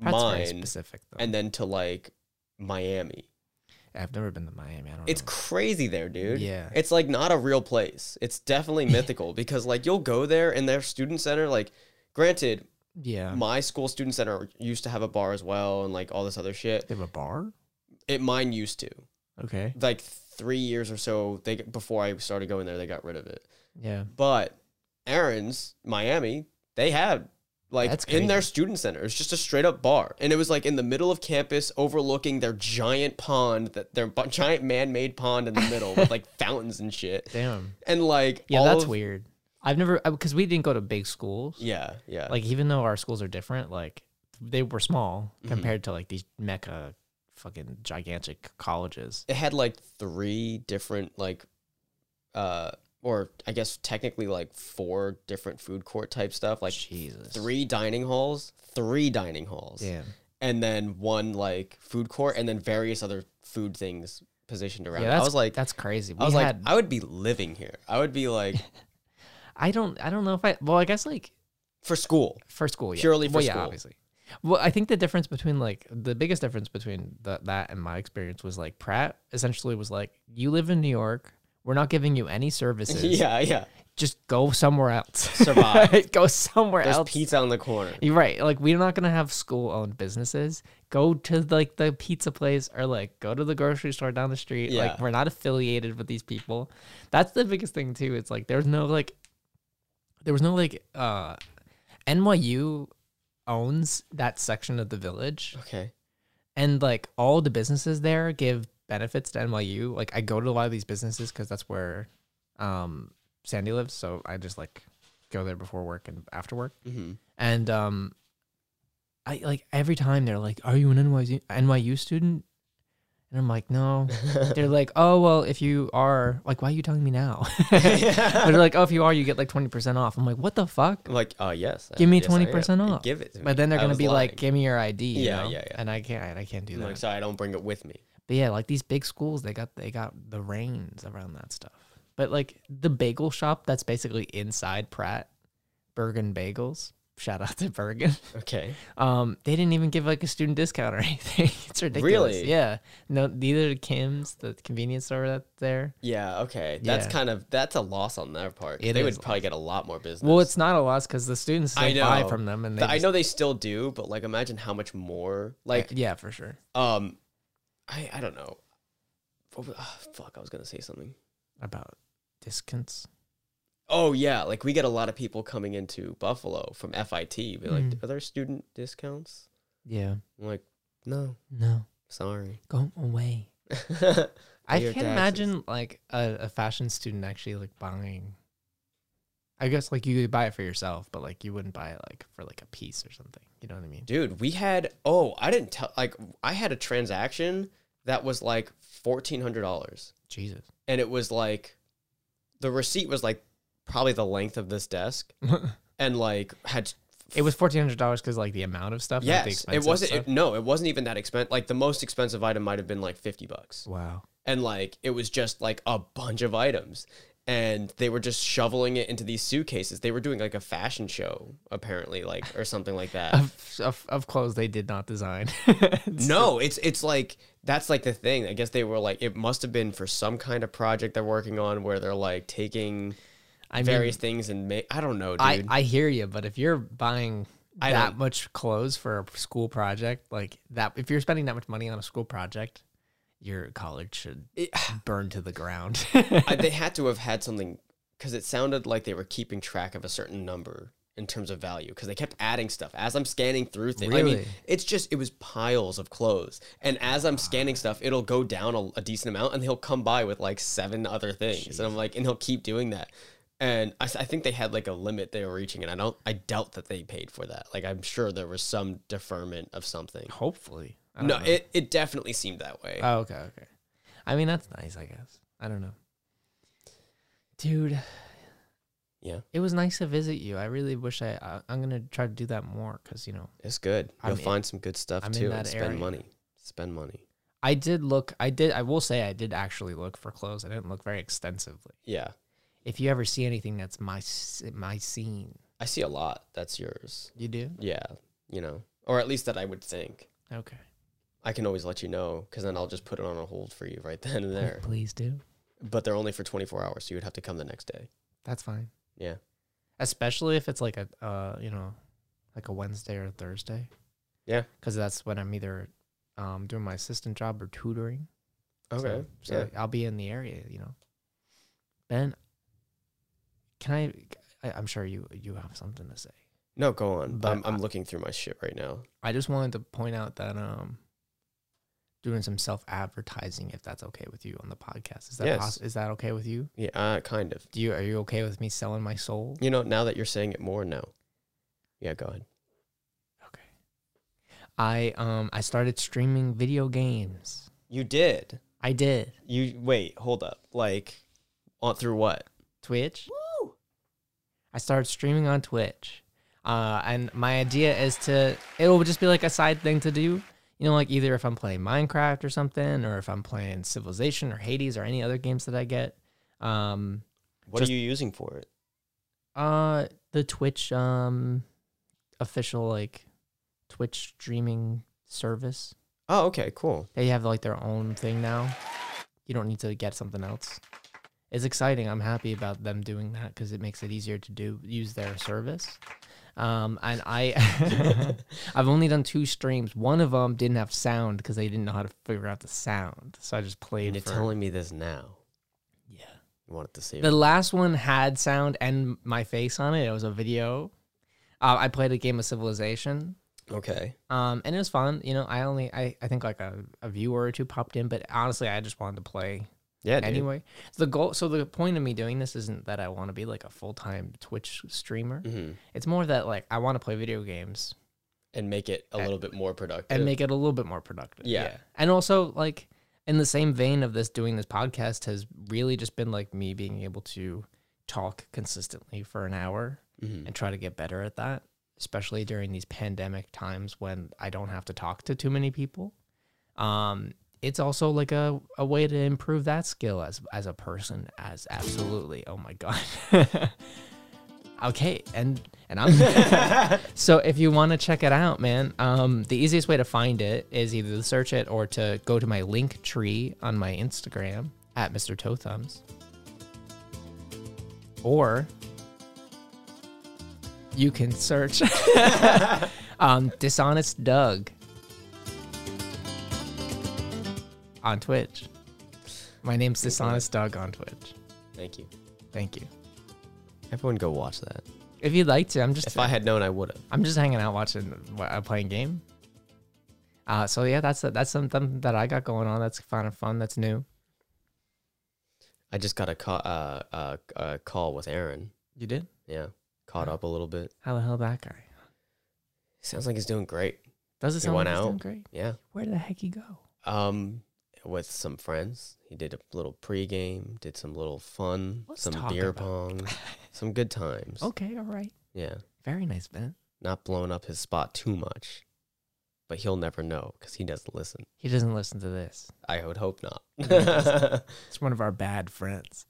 Speaker 1: Pratt's very
Speaker 2: mine,
Speaker 1: specific though.
Speaker 2: and then to like Miami.
Speaker 1: I've never been to Miami. I don't
Speaker 2: It's
Speaker 1: know.
Speaker 2: crazy there, dude.
Speaker 1: Mm. Yeah.
Speaker 2: It's like not a real place. It's definitely mythical because like you'll go there and their student center, like granted,
Speaker 1: yeah.
Speaker 2: my school student center used to have a bar as well and like all this other shit.
Speaker 1: they have a bar.
Speaker 2: It mine used to.
Speaker 1: Okay.
Speaker 2: Like three years or so they before I started going there, they got rid of it.
Speaker 1: Yeah.
Speaker 2: But Aaron's Miami, they had like
Speaker 1: That's
Speaker 2: in their student center. It's just a straight up bar, and it was like in the middle of campus, overlooking their giant pond, that their bu- giant man made pond in the middle with like fountains and shit.
Speaker 1: Damn.
Speaker 2: And like
Speaker 1: Yeah,
Speaker 2: all
Speaker 1: that's
Speaker 2: of-
Speaker 1: weird. I've never because we didn't go to big schools.
Speaker 2: Yeah, yeah.
Speaker 1: Like even though our schools are different, like they were small
Speaker 2: Mm-hmm.
Speaker 1: compared to like these mecca, fucking gigantic colleges.
Speaker 2: it had like three different like uh or I guess technically like four different food court type stuff, like
Speaker 1: Jesus,
Speaker 2: three dining halls, three dining halls,
Speaker 1: damn.
Speaker 2: and then one like food court, and then various other food things positioned around.
Speaker 1: Yeah,
Speaker 2: it.
Speaker 1: that's,
Speaker 2: I was like,
Speaker 1: that's crazy. We
Speaker 2: I was
Speaker 1: had,
Speaker 2: like, I would be living here. I would be like
Speaker 1: I don't, I don't know if I. Well, I guess like
Speaker 2: for school.
Speaker 1: for school, yeah.
Speaker 2: Purely for
Speaker 1: well, yeah,
Speaker 2: school.
Speaker 1: obviously. Well, I think the difference between like the biggest difference between the, that and my experience was like Pratt essentially was like, you live in New York, we're not giving you any services.
Speaker 2: Yeah, yeah.
Speaker 1: just go somewhere else.
Speaker 2: Survive.
Speaker 1: go somewhere
Speaker 2: There's
Speaker 1: else.
Speaker 2: pizza on the corner.
Speaker 1: You're right. Like we're not gonna have school owned businesses. Go to like the pizza place or like go to the grocery store down the street. Like
Speaker 2: Yeah.
Speaker 1: we're not affiliated with these people. That's the biggest thing too. It's like there's no like there was no like uh NYU owns that section of the village
Speaker 2: Okay.
Speaker 1: and like all the businesses there give benefits to NYU. Like I go to a lot of these businesses because that's where um Sandy lives. So I just like go there before work and after work.
Speaker 2: hmm
Speaker 1: And um, I like every time they're like, "Are you an NYU NYU student?" And I'm like, "No." they're like, "Oh well, if you are, like, why are you telling me now?" But they're like, "Oh, if you are, you get like twenty percent off." I'm like, "What the fuck?"
Speaker 2: I'm like, uh, yes. I-
Speaker 1: Give me
Speaker 2: yes, I am.
Speaker 1: 20%
Speaker 2: And
Speaker 1: off.
Speaker 2: Give it. To me.
Speaker 1: But then they're
Speaker 2: I
Speaker 1: gonna
Speaker 2: was
Speaker 1: be
Speaker 2: lying.
Speaker 1: like, "Give me your ID." you
Speaker 2: Yeah,
Speaker 1: know?
Speaker 2: yeah, yeah.
Speaker 1: And I can't, I can't do
Speaker 2: I'm
Speaker 1: that.
Speaker 2: like, sorry, I don't bring it with me.
Speaker 1: But yeah, like these big schools, they got they got the reins around that stuff. But like the bagel shop that's basically inside Pratt, Bergen Bagels. Shout out to Bergen.
Speaker 2: Okay.
Speaker 1: Um, they didn't even give like a student discount or anything. It's ridiculous.
Speaker 2: Really?
Speaker 1: Yeah. No, neither did Kim's, the convenience store that's there.
Speaker 2: Yeah, okay. That's
Speaker 1: Yeah.
Speaker 2: kind of that's a loss on their part. 'cause
Speaker 1: It
Speaker 2: they
Speaker 1: is.
Speaker 2: would probably get a lot more business.
Speaker 1: Well, it's not a loss because the students
Speaker 2: I
Speaker 1: still buy
Speaker 2: know.
Speaker 1: from them, and they
Speaker 2: Th- I
Speaker 1: just-
Speaker 2: know they still do, but like imagine how much more like
Speaker 1: yeah, for sure.
Speaker 2: um I I don't know. What was- ah, fuck, I was going to say something.
Speaker 1: About discounts.
Speaker 2: Oh yeah, like we get a lot of people coming into Buffalo from FIT be like,
Speaker 1: Mhm.
Speaker 2: "Are there student discounts?"
Speaker 1: Yeah.
Speaker 2: I'm like, "No,
Speaker 1: No,
Speaker 2: sorry."
Speaker 1: go away. I
Speaker 2: Pay your
Speaker 1: can't imagine like a, a fashion student actually like buying. I guess like you could buy it for yourself, but like you wouldn't buy it like for like a piece or something. You know what I mean?
Speaker 2: Dude, we had oh, I didn't tell like I had a transaction that was like $1400.
Speaker 1: Jesus.
Speaker 2: and it was like the receipt was like probably the length of this desk and like had
Speaker 1: it was fourteen hundred dollars because like the amount of stuff. not the
Speaker 2: yes it
Speaker 1: expensive
Speaker 2: wasn't
Speaker 1: stuff.
Speaker 2: it, no it wasn't even that expensive like the most expensive item might have been like 50 bucks
Speaker 1: wow.
Speaker 2: and like it was just like a bunch of items and they were just shoveling it into these suitcases they were doing like a fashion show apparently like or something like that
Speaker 1: of, of, of clothes they did not design.
Speaker 2: no it's it's like that's like the thing i guess they were like it must have been for some kind of project they're working on where they're like taking
Speaker 1: I mean,
Speaker 2: various things and make i don't know dude
Speaker 1: I, I hear you, but if you're buying
Speaker 2: I
Speaker 1: that
Speaker 2: don't-
Speaker 1: much clothes for a school project, like that, if you're spending that much money on a school project, your college should burn to the ground.
Speaker 2: I, they had to have had something because it sounded like they were keeping track of a certain number in terms of value because they kept adding stuff as I'm scanning through things. I mean,
Speaker 1: Really?
Speaker 2: it's just it was piles of clothes, and as I'm scanning stuff, it'll go down a, a decent amount, and he'll come by with like seven other things, and I'm like, and he'll keep doing that. And I, s- I think they had like a limit they were reaching, and I don't, I doubt that they paid for that. Like I'm sure there was some deferment of something.
Speaker 1: Hopefully. I don't
Speaker 2: No,
Speaker 1: know.
Speaker 2: it, it definitely seemed that way.
Speaker 1: Oh, okay, okay. I mean, that's nice, I guess. I don't know. Dude.
Speaker 2: Yeah.
Speaker 1: It was nice to visit you. I really wish I, I I'm going to try to do that more because, you know,
Speaker 2: it's good.
Speaker 1: I'm
Speaker 2: You'll
Speaker 1: in-
Speaker 2: find some good stuff
Speaker 1: I'm in
Speaker 2: too. and
Speaker 1: that
Speaker 2: spend
Speaker 1: area.
Speaker 2: money. Spend money.
Speaker 1: I did look. I did. I will say I did actually look for clothes. I didn't look very extensively.
Speaker 2: Yeah.
Speaker 1: If you ever see anything that's my s- my scene,
Speaker 2: I see a lot. That's yours.
Speaker 1: you do.
Speaker 2: Yeah, you know, or at least that I would think.
Speaker 1: Okay.
Speaker 2: I can always let you know because then I'll just put it on a hold for you right then and there.
Speaker 1: Please do.
Speaker 2: But they're only for 24 hours, so you would have to come the next day.
Speaker 1: That's fine.
Speaker 2: Yeah.
Speaker 1: Especially if it's like a uh you know, like a Wednesday or a Thursday.
Speaker 2: Yeah.
Speaker 1: Because that's when I'm either um doing my assistant job or tutoring. So-
Speaker 2: Okay.
Speaker 1: So, I'll be in the area, you know. Ben, can I? I I'm sure you you have something to say.
Speaker 2: No, go on.
Speaker 1: But
Speaker 2: I'm,
Speaker 1: I-
Speaker 2: I'm looking through my shit right now.
Speaker 1: I just wanted to point out that um doing some self advertising if that's okay with you on the podcast. Is that
Speaker 2: Yes.
Speaker 1: poss- is that okay with you?
Speaker 2: Yeah, uh, kind of.
Speaker 1: Do you are you okay with me selling my soul?
Speaker 2: You know, now that you're saying it more, no. Yeah, go ahead.
Speaker 1: Okay. I um I started streaming video games.
Speaker 2: You did.
Speaker 1: I did.
Speaker 2: You wait. Hold up. Like, on through what?
Speaker 1: Twitch. Woo! I started streaming on Twitch. Uh, and my idea is to it'll just be like a side thing to do. You know, like either if I'm playing Minecraft or something, or if I'm playing Civilization or Hades or any other games that I get. Um
Speaker 2: What
Speaker 1: Just-
Speaker 2: are you using for it?
Speaker 1: uh the Twitch um official like Twitch streaming service.
Speaker 2: Oh, okay, cool.
Speaker 1: They have like their own thing now. You don't need to get something else. It's exciting. I'm happy about them doing that because it makes it easier to do use their service. Um, and I, I've only done two streams. One of them didn't have sound because they didn't know how to figure out the sound, so I just
Speaker 2: And
Speaker 1: played
Speaker 2: you're
Speaker 1: it. For,
Speaker 2: telling me this now.
Speaker 1: yeah.
Speaker 2: You wanted to see.
Speaker 1: The last one had sound and my face on it. It was a video. Uh, I played a game of Civilization.
Speaker 2: okay.
Speaker 1: Um, and it was fun. You know, I only, I, I think like a, a viewer or two popped in, but honestly, I just wanted to play
Speaker 2: Yeah. Dude.
Speaker 1: anyway. So the goal, so the point of me doing this isn't that I want to be like a full time Twitch streamer.
Speaker 2: hmm
Speaker 1: It's more that like I want to play video games
Speaker 2: And make it a little bit more productive.
Speaker 1: and make it a little bit more productive.
Speaker 2: Yeah.
Speaker 1: And also like in the same vein of this doing this podcast has really just been like me being able to talk consistently for an hour
Speaker 2: Mhm.
Speaker 1: and try to get better at that, especially during these pandemic times when I don't have to talk to too many people. Um, it's also like a, a way to improve that skill as as a person as absolutely. Oh my god. okay, and and I'm so if you want to check it out, man, um, the easiest way to find it is either to search it or to go to my link tree on my Instagram at Mr. Toe Thumbs. Or you can search um, dishonest doug on twitch my name's dishonest doug on twitch
Speaker 2: Thank you.
Speaker 1: thank you
Speaker 2: Everyone, go watch that.
Speaker 1: if you'd like to i'm just
Speaker 2: If I had known, I would have.
Speaker 1: i'm just hanging out watching wh- uh, playing game uh, so yeah that's that's something that i got going on that's kind of fun that's new
Speaker 2: I just got a call. Uh, uh, uh, call with Aaron.
Speaker 1: you did
Speaker 2: Yeah, caught up a little bit.
Speaker 1: how the hell that guy
Speaker 2: Sounds like he's doing great.
Speaker 1: does it
Speaker 2: He
Speaker 1: sound
Speaker 2: went
Speaker 1: like he's
Speaker 2: out.
Speaker 1: doing great
Speaker 2: Yeah.
Speaker 1: where the heck he go
Speaker 2: Um, with some friends, he did a little pregame, did some little fun,
Speaker 1: Let's
Speaker 2: some
Speaker 1: talk
Speaker 2: beer
Speaker 1: about- Oh.
Speaker 2: pong, some good times.
Speaker 1: okay all right
Speaker 2: Yeah,
Speaker 1: very nice man
Speaker 2: not blowing up his spot too much, but he'll never know because he doesn't listen.
Speaker 1: he doesn't listen to this
Speaker 2: I would hope not. I
Speaker 1: It's one of our bad friends.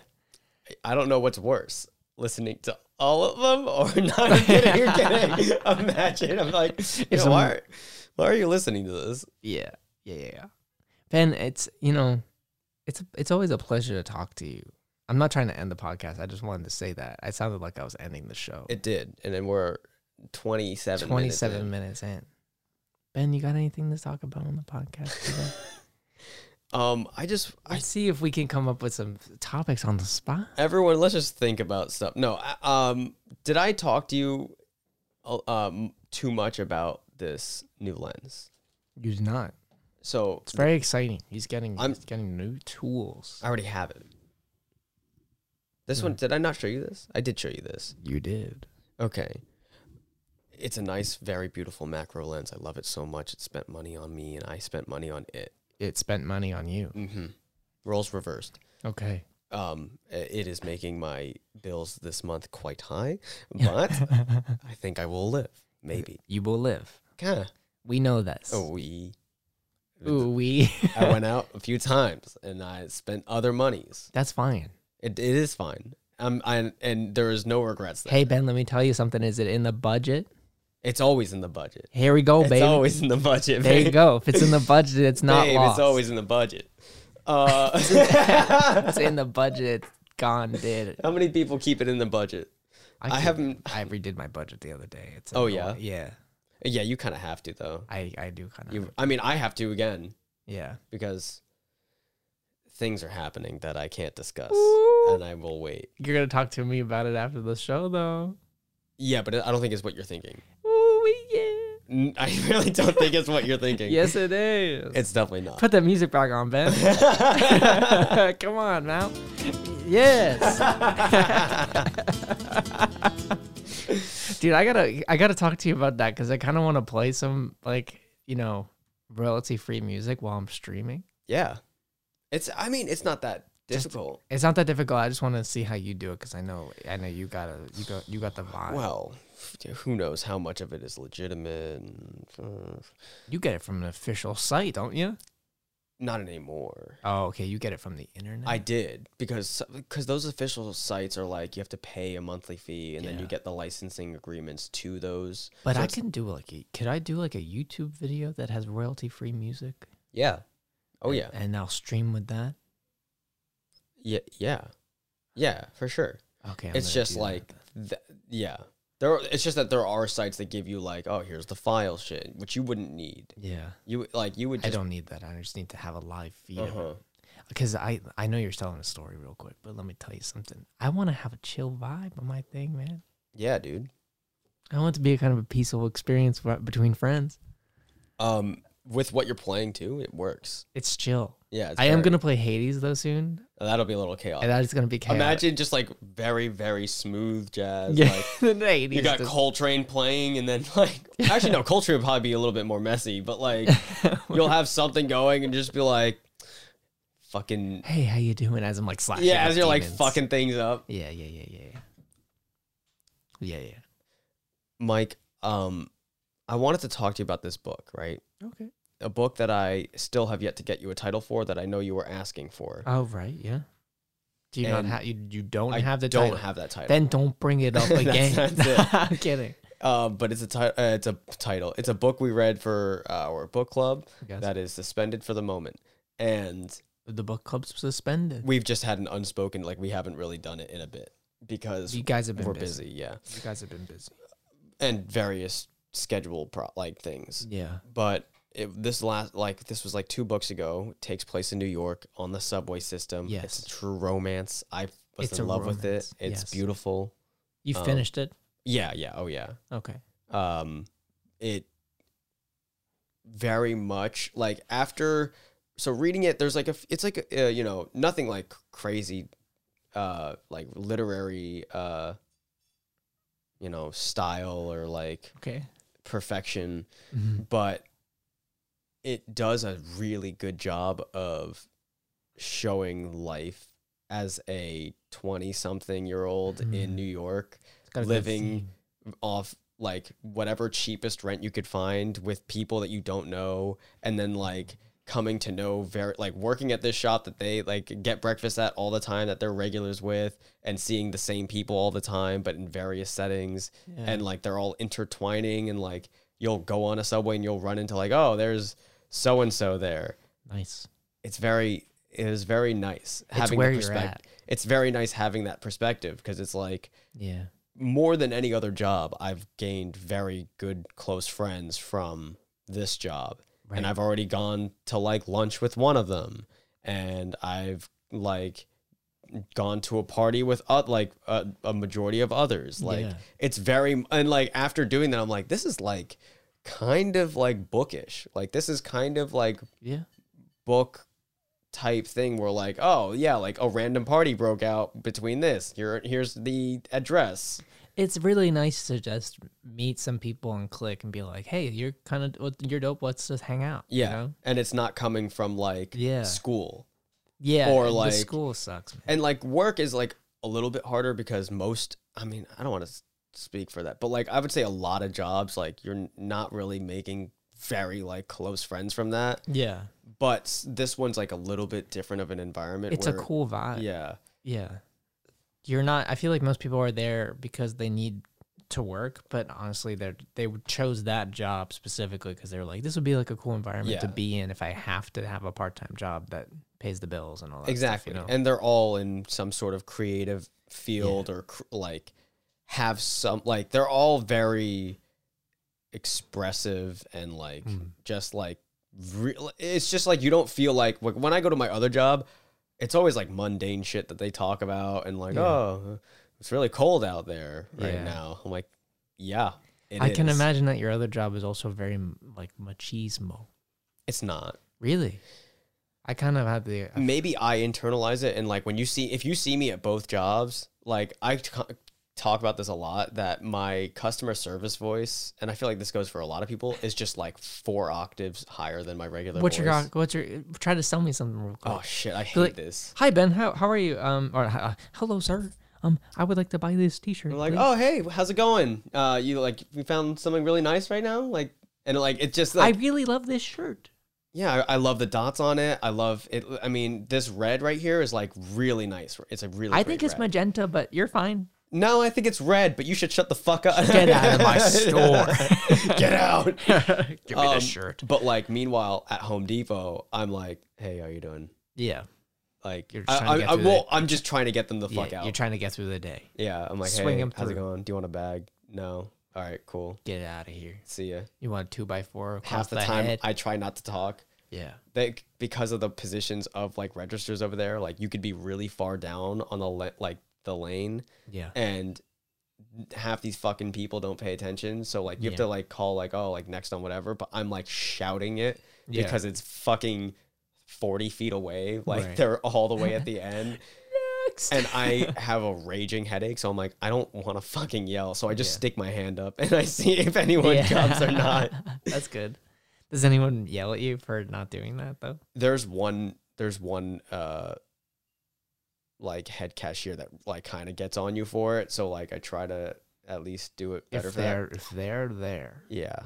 Speaker 2: I don't know what's worse. Listening to all of them or not? I'm kidding. You're kidding. Imagine. I'm like, yo,
Speaker 1: someone-
Speaker 2: why, are, why are you listening to this?
Speaker 1: Yeah, yeah, yeah, yeah. Ben, it's you know, it's it's always a pleasure to talk to you. I'm not trying to end the podcast. I just wanted to say that. I sounded like I was ending the show.
Speaker 2: It did. And then we're 27 minutes
Speaker 1: 27
Speaker 2: in.
Speaker 1: minutes in. Ben, you got anything to talk about on the podcast today?
Speaker 2: Um, I just, I
Speaker 1: Let's see if we can come up with some topics on the spot.
Speaker 2: everyone let's just think about stuff no I- um did i talk to you uh, um too much about this new lens
Speaker 1: You did not.
Speaker 2: so
Speaker 1: It's very exciting. He's getting
Speaker 2: I'm-
Speaker 1: he's getting new tools.
Speaker 2: i already have it this
Speaker 1: Hmm.
Speaker 2: one did i not show you this i did show you this
Speaker 1: You did.
Speaker 2: okay it's a nice very beautiful macro lens i love it so much it spent money on me and i spent money on it
Speaker 1: It spent money on you.
Speaker 2: mm-hmm. roles reversed
Speaker 1: Okay.
Speaker 2: um, i- it is making my bills this month quite high, but I think I will live. Maybe,
Speaker 1: You will live.
Speaker 2: kind of.
Speaker 1: We know this.
Speaker 2: Oh, we.
Speaker 1: Ooh, we.
Speaker 2: I went out a few times and I spent other monies.
Speaker 1: That's fine.
Speaker 2: It, it is fine. Um, I, and there is no regrets there.
Speaker 1: Hey Ben, let me tell you something. Is it in the budget?
Speaker 2: It's always in the budget.
Speaker 1: Here we go,
Speaker 2: It's
Speaker 1: baby.
Speaker 2: always in the budget.
Speaker 1: Oh, there you
Speaker 2: babe.
Speaker 1: go. If it's in the budget, it's not
Speaker 2: Babe,
Speaker 1: lost.
Speaker 2: It's always in the budget. Uh,
Speaker 1: It's in the budget. It's Gone did. it.
Speaker 2: how many people keep it in the budget? I
Speaker 1: did-
Speaker 2: haven't-
Speaker 1: I redid my budget the other day. It's
Speaker 2: Oh,
Speaker 1: annoying.
Speaker 2: yeah?
Speaker 1: yeah.
Speaker 2: Yeah, you kind of have to though.
Speaker 1: I I do kind of
Speaker 2: You, I mean, I have to again
Speaker 1: yeah.
Speaker 2: because things are happening that I can't discuss,
Speaker 1: Ooh.
Speaker 2: and I will wait.
Speaker 1: You're gonna talk to me about it after the show though.
Speaker 2: Yeah, but I don't think it's what you're thinking.
Speaker 1: Ooh yeah.
Speaker 2: N- I really don't think it's what you're thinking.
Speaker 1: Yes, it is.
Speaker 2: It's definitely not.
Speaker 1: Put that music back on, Ben. Come on now. Yes. Dude, I gotta I gotta talk to you about that because I kind of want to play some like you know royalty free music while I'm streaming.
Speaker 2: Yeah. It's I mean, it's not that difficult.
Speaker 1: It's not that difficult. I just want to see how you do it because I know I know you gotta you got you got the vibe.
Speaker 2: well, f- who knows how much of it is legitimate? and, uh,
Speaker 1: You get it from an official site, don't you?
Speaker 2: Not anymore.
Speaker 1: Oh, okay. You get it from the internet.
Speaker 2: I did because because those official sites are like you have to pay a monthly fee and then you
Speaker 1: Yeah.
Speaker 2: get the licensing agreements to those.
Speaker 1: but
Speaker 2: so
Speaker 1: I
Speaker 2: it's-
Speaker 1: can do like a, could I do like a YouTube video that has royalty free music?
Speaker 2: Yeah. Oh
Speaker 1: and-
Speaker 2: yeah.
Speaker 1: And I'll stream with that.
Speaker 2: Yeah. Yeah. Yeah. For sure.
Speaker 1: Okay. I'm
Speaker 2: it's
Speaker 1: gonna
Speaker 2: just
Speaker 1: do that
Speaker 2: like
Speaker 1: then.
Speaker 2: th- yeah. There. Are, it's just that there are sites that give you like oh here's the file shit which you wouldn't need.
Speaker 1: yeah.
Speaker 2: You would- like you would.
Speaker 1: I
Speaker 2: Just,
Speaker 1: don't need that. I just need to have a live feed of
Speaker 2: Uh-huh.
Speaker 1: because I I know you're telling a story real quick, but let me tell you something. I want to have a chill vibe on my thing, man.
Speaker 2: Yeah, dude.
Speaker 1: I want it to be a kind of a peaceful experience wi- between friends.
Speaker 2: Um, with what you're playing too, it works.
Speaker 1: It's chill.
Speaker 2: Yeah, it's
Speaker 1: I am
Speaker 2: very-
Speaker 1: gonna play Hades though soon,
Speaker 2: That'll be a little chaos.
Speaker 1: and that is gonna be chaos.
Speaker 2: Imagine just like very very smooth jazz.
Speaker 1: yeah,
Speaker 2: Like,
Speaker 1: the Hades.
Speaker 2: you got
Speaker 1: just-
Speaker 2: Coltrane playing, and then like actually no, Coltrane would probably be a little bit more messy, but like you'll have something going and just be like, fucking
Speaker 1: hey, how you doing? As I'm like slashing.
Speaker 2: yeah,
Speaker 1: up
Speaker 2: as you're like
Speaker 1: demons.
Speaker 2: fucking things up.
Speaker 1: Yeah, yeah, yeah, yeah, yeah. Yeah, yeah.
Speaker 2: Mike, um, I wanted to talk to you about this book, right?
Speaker 1: Okay.
Speaker 2: A book that I still have yet to get you a title for that I know you were asking for.
Speaker 1: Oh right, yeah. Do you
Speaker 2: And
Speaker 1: not have you? You don't
Speaker 2: I
Speaker 1: have the
Speaker 2: don't
Speaker 1: title.
Speaker 2: have that title.
Speaker 1: Then don't bring it up
Speaker 2: That's-
Speaker 1: again.
Speaker 2: that's it.
Speaker 1: I'm kidding.
Speaker 2: Um, but it's a ti- uh, it's a title. It's a book we read for uh, our book club
Speaker 1: Yes.
Speaker 2: that is suspended for the moment, and
Speaker 1: The book club's suspended.
Speaker 2: we've just had an unspoken like we haven't really done it in a bit because
Speaker 1: You guys have been
Speaker 2: we're
Speaker 1: busy.
Speaker 2: busy. yeah,
Speaker 1: You guys have been busy.
Speaker 2: and various schedule pro- like things.
Speaker 1: Yeah.
Speaker 2: But it, this last like this was like two books ago. It takes place in New York on the subway system.
Speaker 1: Yes.
Speaker 2: it's a true romance. I was
Speaker 1: It's
Speaker 2: in
Speaker 1: a
Speaker 2: love with it.
Speaker 1: romance,
Speaker 2: It's
Speaker 1: yes.
Speaker 2: beautiful.
Speaker 1: You
Speaker 2: Um,
Speaker 1: finished it.
Speaker 2: Yeah, yeah, oh yeah.
Speaker 1: Okay.
Speaker 2: um it very much like after so reading it there's like a f- it's like a, uh, you know nothing like crazy uh like literary uh you know style or like
Speaker 1: Okay.
Speaker 2: perfection but it does a really good job of showing life as a 20 something year old in
Speaker 1: Mm.
Speaker 2: New York
Speaker 1: It's got a good
Speaker 2: living-
Speaker 1: theme.
Speaker 2: off like whatever cheapest rent you could find with people that you don't know and then like coming to know very like working at this shop that they like get breakfast at all the time that they're regulars with and seeing the same people all the time but in various settings
Speaker 1: Yeah.
Speaker 2: and like they're all intertwining and like you'll go on a subway and you'll run into like oh there's so and so there
Speaker 1: nice.
Speaker 2: it's very it is very nice having
Speaker 1: where
Speaker 2: the
Speaker 1: you're
Speaker 2: perspective
Speaker 1: at.
Speaker 2: it's very nice having that perspective because it's like
Speaker 1: Yeah.
Speaker 2: more than any other job, I've gained very good close friends from this job.
Speaker 1: Right.
Speaker 2: And I've already gone to like lunch with one of them. And I've like gone to a party with uh, like a, a majority of others. Like
Speaker 1: Yeah.
Speaker 2: it's very and like after doing that I'm like this is like kind of like bookish. Like this is kind of like
Speaker 1: yeah.
Speaker 2: book type thing where like oh yeah like a random party broke out between this. Here here's the address.
Speaker 1: It's really nice to just meet some people and click and be like, "Hey, you're kind of you're dope. Let's just hang out." you
Speaker 2: Yeah.
Speaker 1: know?
Speaker 2: And it's not coming from like
Speaker 1: Yeah.
Speaker 2: school.
Speaker 1: Yeah.
Speaker 2: Or
Speaker 1: and
Speaker 2: like-
Speaker 1: the school sucks, man.
Speaker 2: And like work is like a little bit harder because most, I mean, I don't want to speak for that, but like I would say a lot of jobs, like you're n- not really making very like close friends from that.
Speaker 1: Yeah.
Speaker 2: But s- this one's like a little bit different of an environment.
Speaker 1: It's a
Speaker 2: where-
Speaker 1: cool vibe.
Speaker 2: Yeah.
Speaker 1: Yeah. You're not I feel like most people are there because they need to work, but honestly they are they chose that job specifically cuz they were like this would be like a cool environment to
Speaker 2: Yeah.
Speaker 1: be in if I have to have a part-time job that pays the bills and all that.
Speaker 2: Exactly.
Speaker 1: Stuff, you know?
Speaker 2: And they're all in some sort of creative field or cr- like have some, like they're all very expressive and like
Speaker 1: Mm.
Speaker 2: just like, re- it's just like you don't feel like, like when I go to my other job, it's always like mundane shit that they talk about and like,
Speaker 1: Yeah.
Speaker 2: oh, it's really cold out there right
Speaker 1: Yeah.
Speaker 2: now. I'm like, yeah, It
Speaker 1: I can
Speaker 2: is.
Speaker 1: imagine that your other job is also very m- like machismo.
Speaker 2: It's not.
Speaker 1: Really? I kind of had the uh, I-
Speaker 2: maybe I internalize it and like when you see if you see me at both jobs, like I t- talk about this a lot that my customer service voice and I feel like this goes for a lot of people is just like four octaves higher than my regular
Speaker 1: what's
Speaker 2: voice.
Speaker 1: your what's your try to sell me something real quick.
Speaker 2: Oh shit, I hate
Speaker 1: Like-
Speaker 2: this.
Speaker 1: Hi Ben, how how are you? Um or uh, hello sir. Um I would like to buy this t-shirt.
Speaker 2: I'm like,
Speaker 1: please."
Speaker 2: "Oh, hey, how's it going? Uh you like we found something really nice right now?" Like and like it's just like
Speaker 1: I really love this shirt.
Speaker 2: yeah, I, I love the dots on it. I love it. I mean, this red right here is like really nice. It's a really.
Speaker 1: I
Speaker 2: great
Speaker 1: think it's
Speaker 2: red.
Speaker 1: magenta, but you're fine.
Speaker 2: No, I think it's red, but you should shut the fuck up.
Speaker 1: Get out of my store.
Speaker 2: Get out.
Speaker 1: Give me
Speaker 2: Um,
Speaker 1: this shirt.
Speaker 2: But like, meanwhile, at Home Depot, I'm like, hey, how you doing?
Speaker 1: Yeah.
Speaker 2: Like,
Speaker 1: You're
Speaker 2: you're
Speaker 1: just
Speaker 2: I,
Speaker 1: trying to
Speaker 2: I,
Speaker 1: get
Speaker 2: I,
Speaker 1: through
Speaker 2: well, I'm just trying to get them the fuck
Speaker 1: yeah, You're
Speaker 2: out.
Speaker 1: trying to get through the day.
Speaker 2: yeah, I'm like,
Speaker 1: Swing
Speaker 2: hey,
Speaker 1: 'em
Speaker 2: how's it
Speaker 1: through.
Speaker 2: going? Do you want a bag? No. All right, cool.
Speaker 1: Get out of here.
Speaker 2: See ya.
Speaker 1: You want a two by four across
Speaker 2: Half the, time,
Speaker 1: head?
Speaker 2: I try not to talk.
Speaker 1: yeah.
Speaker 2: They, because of the positions of like registers over there, like you could be really far down on the le- like the lane,
Speaker 1: Yeah.
Speaker 2: and half these fucking people don't pay attention. So like you have
Speaker 1: Yeah.
Speaker 2: to like call like oh like next on whatever, but I'm like shouting it
Speaker 1: Yeah.
Speaker 2: because it's fucking forty feet away. Like
Speaker 1: Right.
Speaker 2: they're all the way at the end,
Speaker 1: Next.
Speaker 2: and I have a raging headache. So I'm like I don't want to fucking yell. So I just
Speaker 1: Yeah.
Speaker 2: stick my hand up and I see if anyone comes or not.
Speaker 1: That's good. Does anyone yell at you for not doing that though?
Speaker 2: There's one. There's one. uh like head cashier that like kind of gets on you for it. So like I try to at least do it better
Speaker 1: if
Speaker 2: for that.
Speaker 1: they're if they're there,
Speaker 2: Yeah.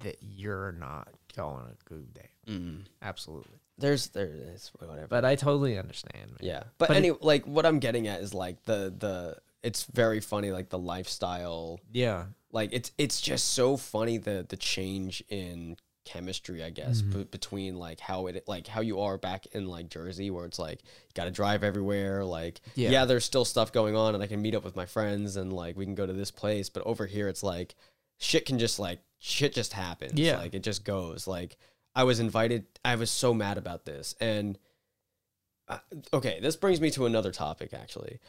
Speaker 1: that you're not going a good day.
Speaker 2: Mm.
Speaker 1: Absolutely.
Speaker 2: There's there is whatever.
Speaker 1: But I totally understand. man.
Speaker 2: yeah. But,
Speaker 1: But it-
Speaker 2: anyway, like what I'm getting at is like the the it's very funny like the lifestyle
Speaker 1: Yeah.
Speaker 2: like it's it's just so funny the the change in chemistry I guess
Speaker 1: Mhm.
Speaker 2: be- between like how it like how you are back in like Jersey where it's like you got to drive everywhere like
Speaker 1: Yeah.
Speaker 2: yeah. there's still stuff going on and I can meet up with my friends and like we can go to this place but over here it's like shit can just like shit just happens
Speaker 1: Yeah.
Speaker 2: like it just goes like I was invited I was so mad about this and I, okay this brings me to another topic actually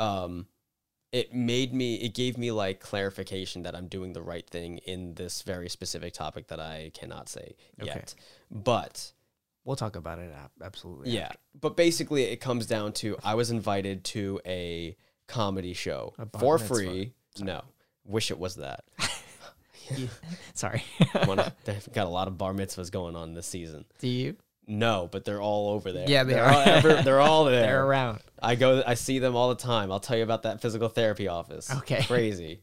Speaker 2: um it made me it gave me like clarification that I'm doing the right thing in this very specific topic that I cannot say
Speaker 1: Okay.
Speaker 2: yet. But
Speaker 1: We'll talk about it. ab- Absolutely.
Speaker 2: yeah, but basically it comes down to I was invited to a comedy show
Speaker 1: A bat
Speaker 2: for
Speaker 1: mitzvah.
Speaker 2: free. No. Wish it was that.
Speaker 1: Yeah. Sorry.
Speaker 2: Wanna- They've got a lot of bar mitzvahs going on this season.
Speaker 1: Do you?
Speaker 2: No, but they're all over there.
Speaker 1: Yeah, they
Speaker 2: They're
Speaker 1: are.
Speaker 2: all ever- they're all there.
Speaker 1: They're around.
Speaker 2: I go, I see them all the time. I'll tell you about that physical therapy office.
Speaker 1: Okay.
Speaker 2: Crazy.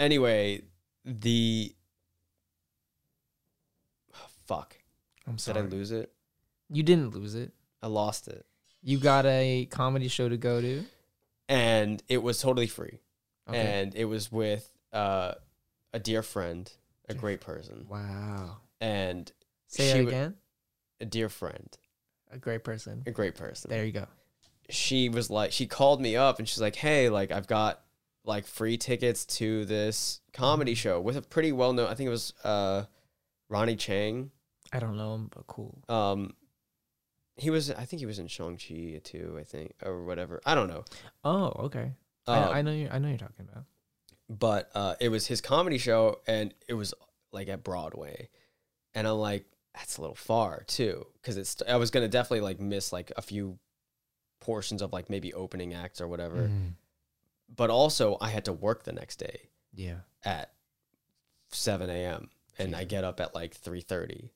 Speaker 2: anyway, the. oh, fuck.
Speaker 1: I'm
Speaker 2: Did
Speaker 1: sorry.
Speaker 2: I lose it?
Speaker 1: You didn't lose it.
Speaker 2: I lost it.
Speaker 1: You got a comedy show to go to.
Speaker 2: And it was totally free.
Speaker 1: Okay.
Speaker 2: And it was with uh, a dear friend, a great person,
Speaker 1: wow.
Speaker 2: and
Speaker 1: Say
Speaker 2: She
Speaker 1: it
Speaker 2: wa-
Speaker 1: again.
Speaker 2: a dear friend,
Speaker 1: a great person.
Speaker 2: a great person.
Speaker 1: There you go.
Speaker 2: she was like she called me up and she's like hey like i've got like free tickets to this comedy
Speaker 1: Mm-hmm.
Speaker 2: show with a pretty well known i think it was uh ronnie chang
Speaker 1: I don't know him, but cool.
Speaker 2: um he was i think he was in shang-chi too i think or whatever i don't know
Speaker 1: Oh, okay.
Speaker 2: Um,
Speaker 1: I, I know you. I know you're talking about.
Speaker 2: but uh, it was his comedy show and it was like at Broadway. And I'm like, that's a little far too. Cause it's, I was going to definitely like miss like a few portions of like maybe opening acts or whatever. But also, I had to work the next day
Speaker 1: Yeah.
Speaker 2: at 7 a.m. and I
Speaker 1: Jesus.
Speaker 2: get up at like 3:30.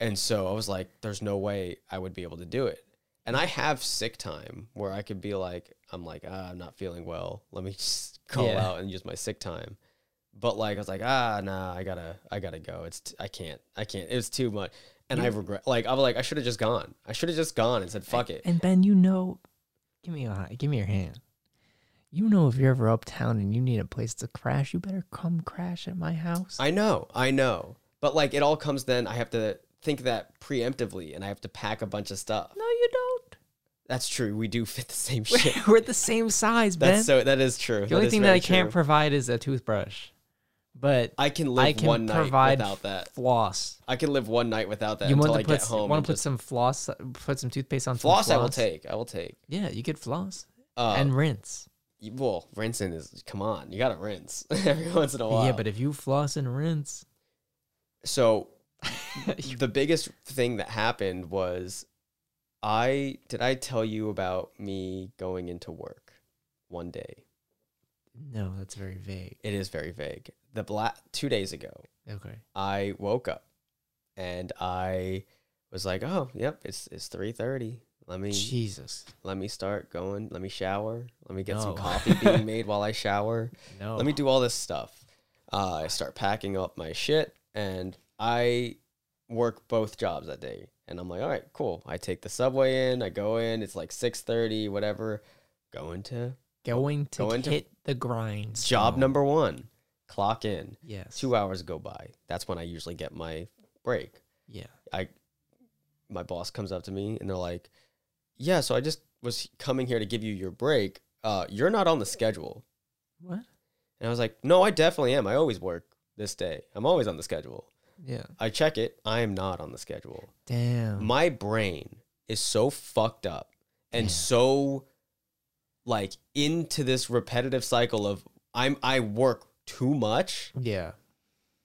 Speaker 2: And so I was like, there's no way I would be able to do it. And I have sick time where I could be like, I'm like, ah, I'm not feeling well. Let me just call
Speaker 1: Yeah.
Speaker 2: out and use my sick time. But like I was like, ah, nah, I gotta, I gotta go. It's, t- I can't, I can't. It was too much, and I regret. Like I'm like, I should have just gone. I should have just gone and said, fuck it.
Speaker 1: And Ben, you know, give me a hi- give me your hand. You know, if you're ever uptown and you need a place to crash, you better come crash at my house.
Speaker 2: I know, I know. But like, it all comes then. I have to think that preemptively, and I have to pack a bunch of stuff.
Speaker 1: no, you don't.
Speaker 2: That's true. We do fit the same shit.
Speaker 1: We're the same size, Ben.
Speaker 2: That's so. That is true.
Speaker 1: the only thing that I can't provide is a toothbrush, but
Speaker 2: I can live
Speaker 1: I can
Speaker 2: one night
Speaker 1: provide
Speaker 2: without that.
Speaker 1: floss.
Speaker 2: I can live one night without that
Speaker 1: You
Speaker 2: until
Speaker 1: want
Speaker 2: I
Speaker 1: to put
Speaker 2: get
Speaker 1: s-
Speaker 2: home.
Speaker 1: want
Speaker 2: and
Speaker 1: to put
Speaker 2: just-
Speaker 1: some floss, put some toothpaste on some
Speaker 2: floss? I will
Speaker 1: floss?
Speaker 2: take. I will take.
Speaker 1: Yeah, you could floss
Speaker 2: Uh,
Speaker 1: and rinse.
Speaker 2: you- well, rinsing is come on, you gotta rinse every once in a while.
Speaker 1: Yeah, but if you floss and rinse,
Speaker 2: so the biggest thing that happened was I did I tell you about me going into work one day.
Speaker 1: no, that's very vague.
Speaker 2: It is very vague. The black two days ago,
Speaker 1: Okay.
Speaker 2: I woke up and I was like, "Oh, yep, it's it's 3:30. Let me
Speaker 1: Jesus.
Speaker 2: let me start going. Let me shower. Let me get some
Speaker 1: No.
Speaker 2: coffee being made while I shower.
Speaker 1: No.
Speaker 2: Let me do all this stuff." Uh, I start packing up my shit and I work both jobs that day. And I'm like, "All right, cool. I take the subway in. I go in. It's like 6:30, whatever. Going to
Speaker 1: going to
Speaker 2: Going to-
Speaker 1: hit the grind.
Speaker 2: job number 1. Clock in.
Speaker 1: Yes.
Speaker 2: 2 hours go by. That's when I usually get my break.
Speaker 1: Yeah.
Speaker 2: I my boss comes up to me and they're like, "Yeah, so I just was coming here to give you your break. Uh, you're not on the schedule."
Speaker 1: What?
Speaker 2: And I was like, "No, I definitely am. I always work this day. I'm always on the schedule."
Speaker 1: Yeah.
Speaker 2: I check it. I am not on the schedule.
Speaker 1: Damn.
Speaker 2: My brain is so fucked up and
Speaker 1: Yeah.
Speaker 2: so like into this repetitive cycle of I'm I work too much
Speaker 1: yeah.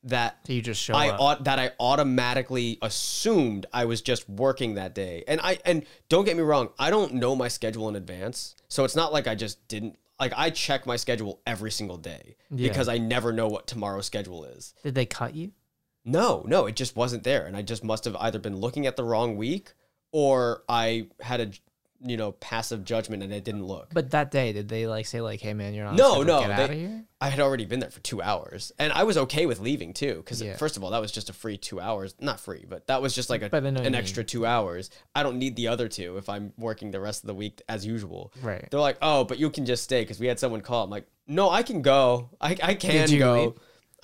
Speaker 2: that
Speaker 1: So you just show
Speaker 2: I
Speaker 1: up.
Speaker 2: ought, that I automatically assumed I was just working that day. And I and don't get me wrong, I don't know my schedule in advance. So it's not like I just didn't like I check my schedule every single day
Speaker 1: Yeah.
Speaker 2: because I never know what tomorrow's schedule is.
Speaker 1: Did they cut you?
Speaker 2: No, no, it just wasn't there and I just must have either been looking at the wrong week or I had a you know passive judgment and I didn't look.
Speaker 1: But that day, did they like say like, "Hey man, you're not on
Speaker 2: No,
Speaker 1: schedule,
Speaker 2: no,
Speaker 1: get
Speaker 2: they-
Speaker 1: out of here"?
Speaker 2: I had already been there for two hours, and I was okay with leaving too. Because
Speaker 1: Yeah.
Speaker 2: first of all, that was just a free two hours—not free, but that was just like a,
Speaker 1: But I know what
Speaker 2: an
Speaker 1: you
Speaker 2: extra two hours. I don't need the other two if I'm working the rest of the week as usual.
Speaker 1: Right.
Speaker 2: They're like, "Oh, but you can just stay," because we had someone call. I'm like, "No, I can go. I I can
Speaker 1: you
Speaker 2: go."
Speaker 1: leave?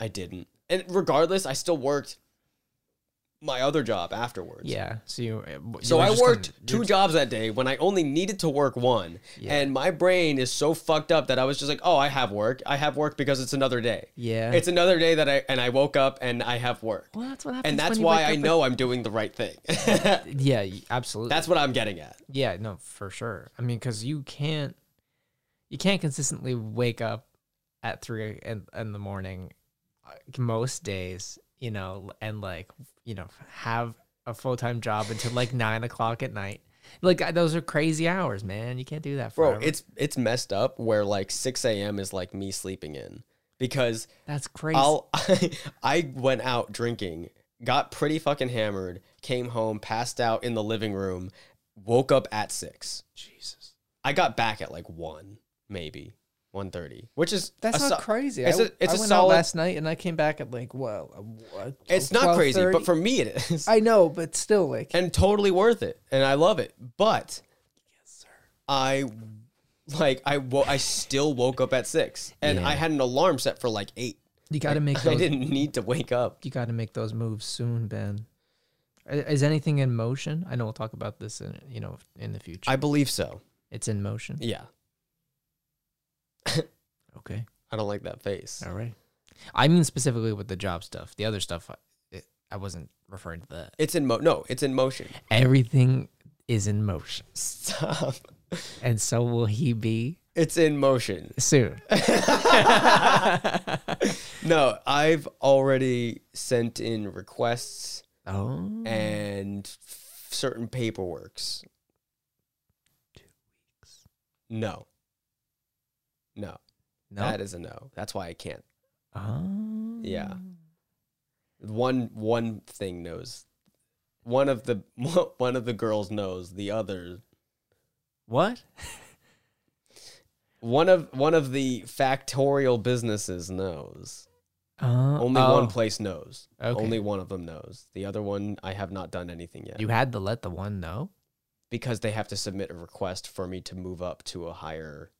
Speaker 2: I didn't, and regardless, I still worked my other job afterwards.
Speaker 1: Yeah. So you. you
Speaker 2: So
Speaker 1: were
Speaker 2: I
Speaker 1: just on-
Speaker 2: worked two jobs that day when I only needed to work one.
Speaker 1: Yeah.
Speaker 2: And my brain is so fucked up that I was just like, "Oh, I have work. I have work because it's another day.
Speaker 1: Yeah.
Speaker 2: It's another day that I and I woke up and I have work.
Speaker 1: well, that's what happens.
Speaker 2: and that's
Speaker 1: when you
Speaker 2: why
Speaker 1: wake
Speaker 2: I
Speaker 1: up
Speaker 2: know I'm doing the right thing.
Speaker 1: at- yeah. y- Absolutely.
Speaker 2: that's what I'm getting at.
Speaker 1: Yeah, no, for sure. I mean, because you can't, you can't consistently wake up at three in, in the morning uh, most days, you know, and like, you know, have a full time job until like nine o'clock at night. Like I- those are crazy hours, man. You can't do that,
Speaker 2: Bro,
Speaker 1: forever.
Speaker 2: it's it's messed up where like 6 a.m. is like me sleeping in because
Speaker 1: that's crazy.
Speaker 2: I'll I went out drinking, got pretty fucking hammered, came home, passed out in the living room, woke up at 6.
Speaker 1: Jesus,
Speaker 2: I got back at like one, maybe one thirty, which is
Speaker 1: that's
Speaker 2: a
Speaker 1: not
Speaker 2: so-
Speaker 1: crazy.
Speaker 2: it's
Speaker 1: I,
Speaker 2: a- it's
Speaker 1: I
Speaker 2: a
Speaker 1: went
Speaker 2: solid-
Speaker 1: out last night and I came back at like well, uh,
Speaker 2: It's not crazy, but for me it is,
Speaker 1: I know, but still, like
Speaker 2: and totally worth it, and I love it. But
Speaker 1: yes, sir.
Speaker 2: I, like, I wo- I still woke up at six, and I
Speaker 1: Yeah.
Speaker 2: had an alarm set for like eight.
Speaker 1: you got to make
Speaker 2: I
Speaker 1: those
Speaker 2: didn't need to wake up.
Speaker 1: you got to make those moves soon, Ben. I- Is anything in motion? I know we'll talk about this in you know in the future.
Speaker 2: I believe so.
Speaker 1: it's in motion.
Speaker 2: Yeah,
Speaker 1: Okay.
Speaker 2: I don't like that face.
Speaker 1: All right. I mean specifically with the job stuff. The other stuff, I- it, I wasn't referring to that.
Speaker 2: It's in mo. No, it's in motion.
Speaker 1: Everything is in motion,
Speaker 2: Stop.
Speaker 1: and so will he be
Speaker 2: It's in motion.
Speaker 1: soon.
Speaker 2: No, I've already sent in requests.
Speaker 1: oh,
Speaker 2: and f- certain paperworks.
Speaker 1: Two weeks.
Speaker 2: No. No,
Speaker 1: no.
Speaker 2: that is a no. That's why I can't.
Speaker 1: oh,
Speaker 2: Yeah. One one thing knows. One of the one of the girls knows. The other
Speaker 1: What?
Speaker 2: one of one of the factorial businesses knows.
Speaker 1: Uh,
Speaker 2: Only
Speaker 1: oh.
Speaker 2: one place knows.
Speaker 1: Okay.
Speaker 2: Only one of them knows. The other one, I have not done anything yet
Speaker 1: You had to let the one know.
Speaker 2: because they have to submit a request for me to move up to a higher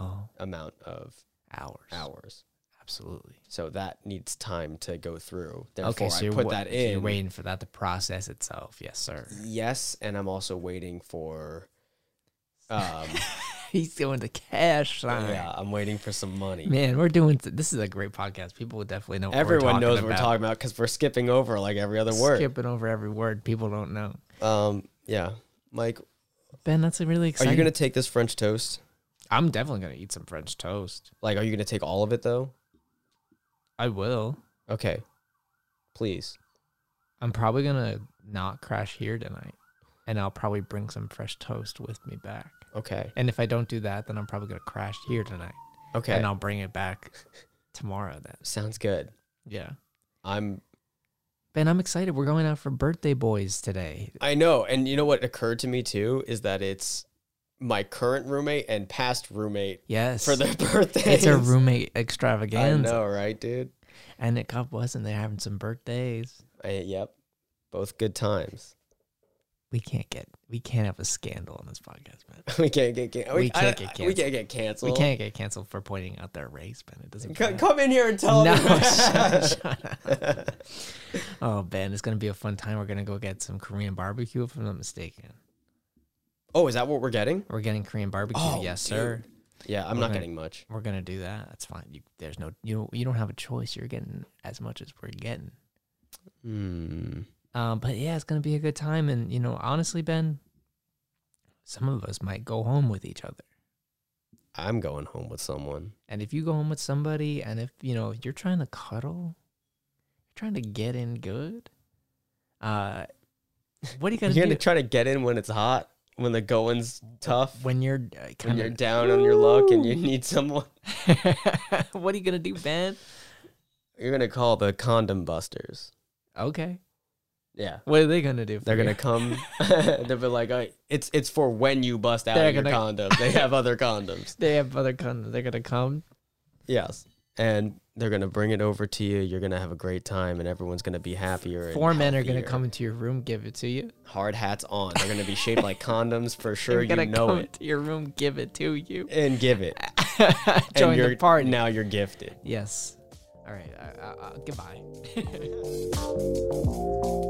Speaker 1: Oh,
Speaker 2: amount of
Speaker 1: hours.
Speaker 2: hours.
Speaker 1: Absolutely.
Speaker 2: So that needs time to go through. Therefore,
Speaker 1: Okay, so
Speaker 2: I
Speaker 1: you're,
Speaker 2: put
Speaker 1: wa-
Speaker 2: that
Speaker 1: so you're
Speaker 2: in.
Speaker 1: waiting for that to process itself. Yes, sir.
Speaker 2: Yes, and I'm also waiting for. Um,
Speaker 1: He's doing the cash sign.
Speaker 2: yeah, I'm waiting for some money.
Speaker 1: Man, we're doing this is a great podcast. People will definitely know. What
Speaker 2: Everyone
Speaker 1: we're
Speaker 2: knows
Speaker 1: about.
Speaker 2: what we're talking about because we're skipping over like every other word.
Speaker 1: Skipping over every word, people don't know.
Speaker 2: Um, yeah, Mike,
Speaker 1: Ben, that's a really
Speaker 2: are
Speaker 1: exciting.
Speaker 2: you gonna take this French toast?
Speaker 1: I'm definitely gonna eat some French toast.
Speaker 2: Like, are you gonna take all of it though?
Speaker 1: I will.
Speaker 2: Okay, please.
Speaker 1: I'm probably gonna not crash here tonight, and I'll probably bring some fresh toast with me back.
Speaker 2: Okay,
Speaker 1: And if I don't do that, then I'm probably gonna crash here tonight,
Speaker 2: okay.
Speaker 1: and I'll bring it back tomorrow. Then,
Speaker 2: Sounds good.
Speaker 1: yeah.
Speaker 2: I'm.
Speaker 1: Ben, I'm excited. We're going out for birthday boys today.
Speaker 2: I know, and you know what occurred to me too is that it's my current roommate and past roommate
Speaker 1: Yes,
Speaker 2: for their birthday.
Speaker 1: it's a roommate
Speaker 2: I
Speaker 1: extravaganza,
Speaker 2: know, right, dude?
Speaker 1: and it got wasn't there having some birthdays.
Speaker 2: I, yep. Both good times.
Speaker 1: We can't get we can't have a scandal on this podcast, man.
Speaker 2: We can't get can-
Speaker 1: We
Speaker 2: I-
Speaker 1: can't get
Speaker 2: I- We can't get canceled.
Speaker 1: We can't get canceled for pointing out their race, Ben. It doesn't.
Speaker 2: C-
Speaker 1: matter.
Speaker 2: come in here and tell
Speaker 1: no,
Speaker 2: me.
Speaker 1: shut, shut up. Oh, Ben, it's gonna be a fun time. We're gonna go get some Korean barbecue, if I'm not mistaken.
Speaker 2: oh, is that what we're getting?
Speaker 1: We're getting Korean barbecue,
Speaker 2: Oh,
Speaker 1: yes,
Speaker 2: dude.
Speaker 1: sir.
Speaker 2: Yeah, I'm not
Speaker 1: Okay.
Speaker 2: getting much.
Speaker 1: We're gonna do that. That's fine. You, there's no you. You don't have a choice. You're getting as much as we're getting.
Speaker 2: Hmm.
Speaker 1: Um, but yeah, it's gonna be a good time. And you know, honestly, Ben, some of us might go home with each other.
Speaker 2: I'm going home with someone.
Speaker 1: And if you go home with somebody, and if you know you're trying to cuddle, you're trying to get in good. Uh, what do you
Speaker 2: You're
Speaker 1: gotta do
Speaker 2: gonna try to get in when it's hot, when the going's tough,
Speaker 1: when you're uh,
Speaker 2: when
Speaker 1: kind
Speaker 2: you're
Speaker 1: of?
Speaker 2: down on your luck and you
Speaker 1: Ooh.
Speaker 2: need someone.
Speaker 1: what are you gonna do, Ben?
Speaker 2: You're gonna call the condom busters.
Speaker 1: Okay,
Speaker 2: Yeah,
Speaker 1: what are they gonna do? for
Speaker 2: they're
Speaker 1: you?
Speaker 2: gonna come. they'll be like, "Oh, it's it's for when you bust out
Speaker 1: They're
Speaker 2: your
Speaker 1: gonna-
Speaker 2: condom. They have other condoms.
Speaker 1: They have other con. They're gonna come.
Speaker 2: Yes, and they're gonna bring it over to you. You're gonna have a great time, and everyone's gonna be happier. and
Speaker 1: Four men are gonna
Speaker 2: healthier.
Speaker 1: come into your room, give it to you.
Speaker 2: Hard hats on. They're gonna be shaped like condoms for sure.
Speaker 1: they're
Speaker 2: You
Speaker 1: gonna
Speaker 2: know
Speaker 1: come
Speaker 2: it.
Speaker 1: into your room, give it to you.
Speaker 2: And give it.
Speaker 1: Join
Speaker 2: and you're
Speaker 1: the party.
Speaker 2: now. You're gifted.
Speaker 1: Yes. All right. Uh, uh, uh, goodbye.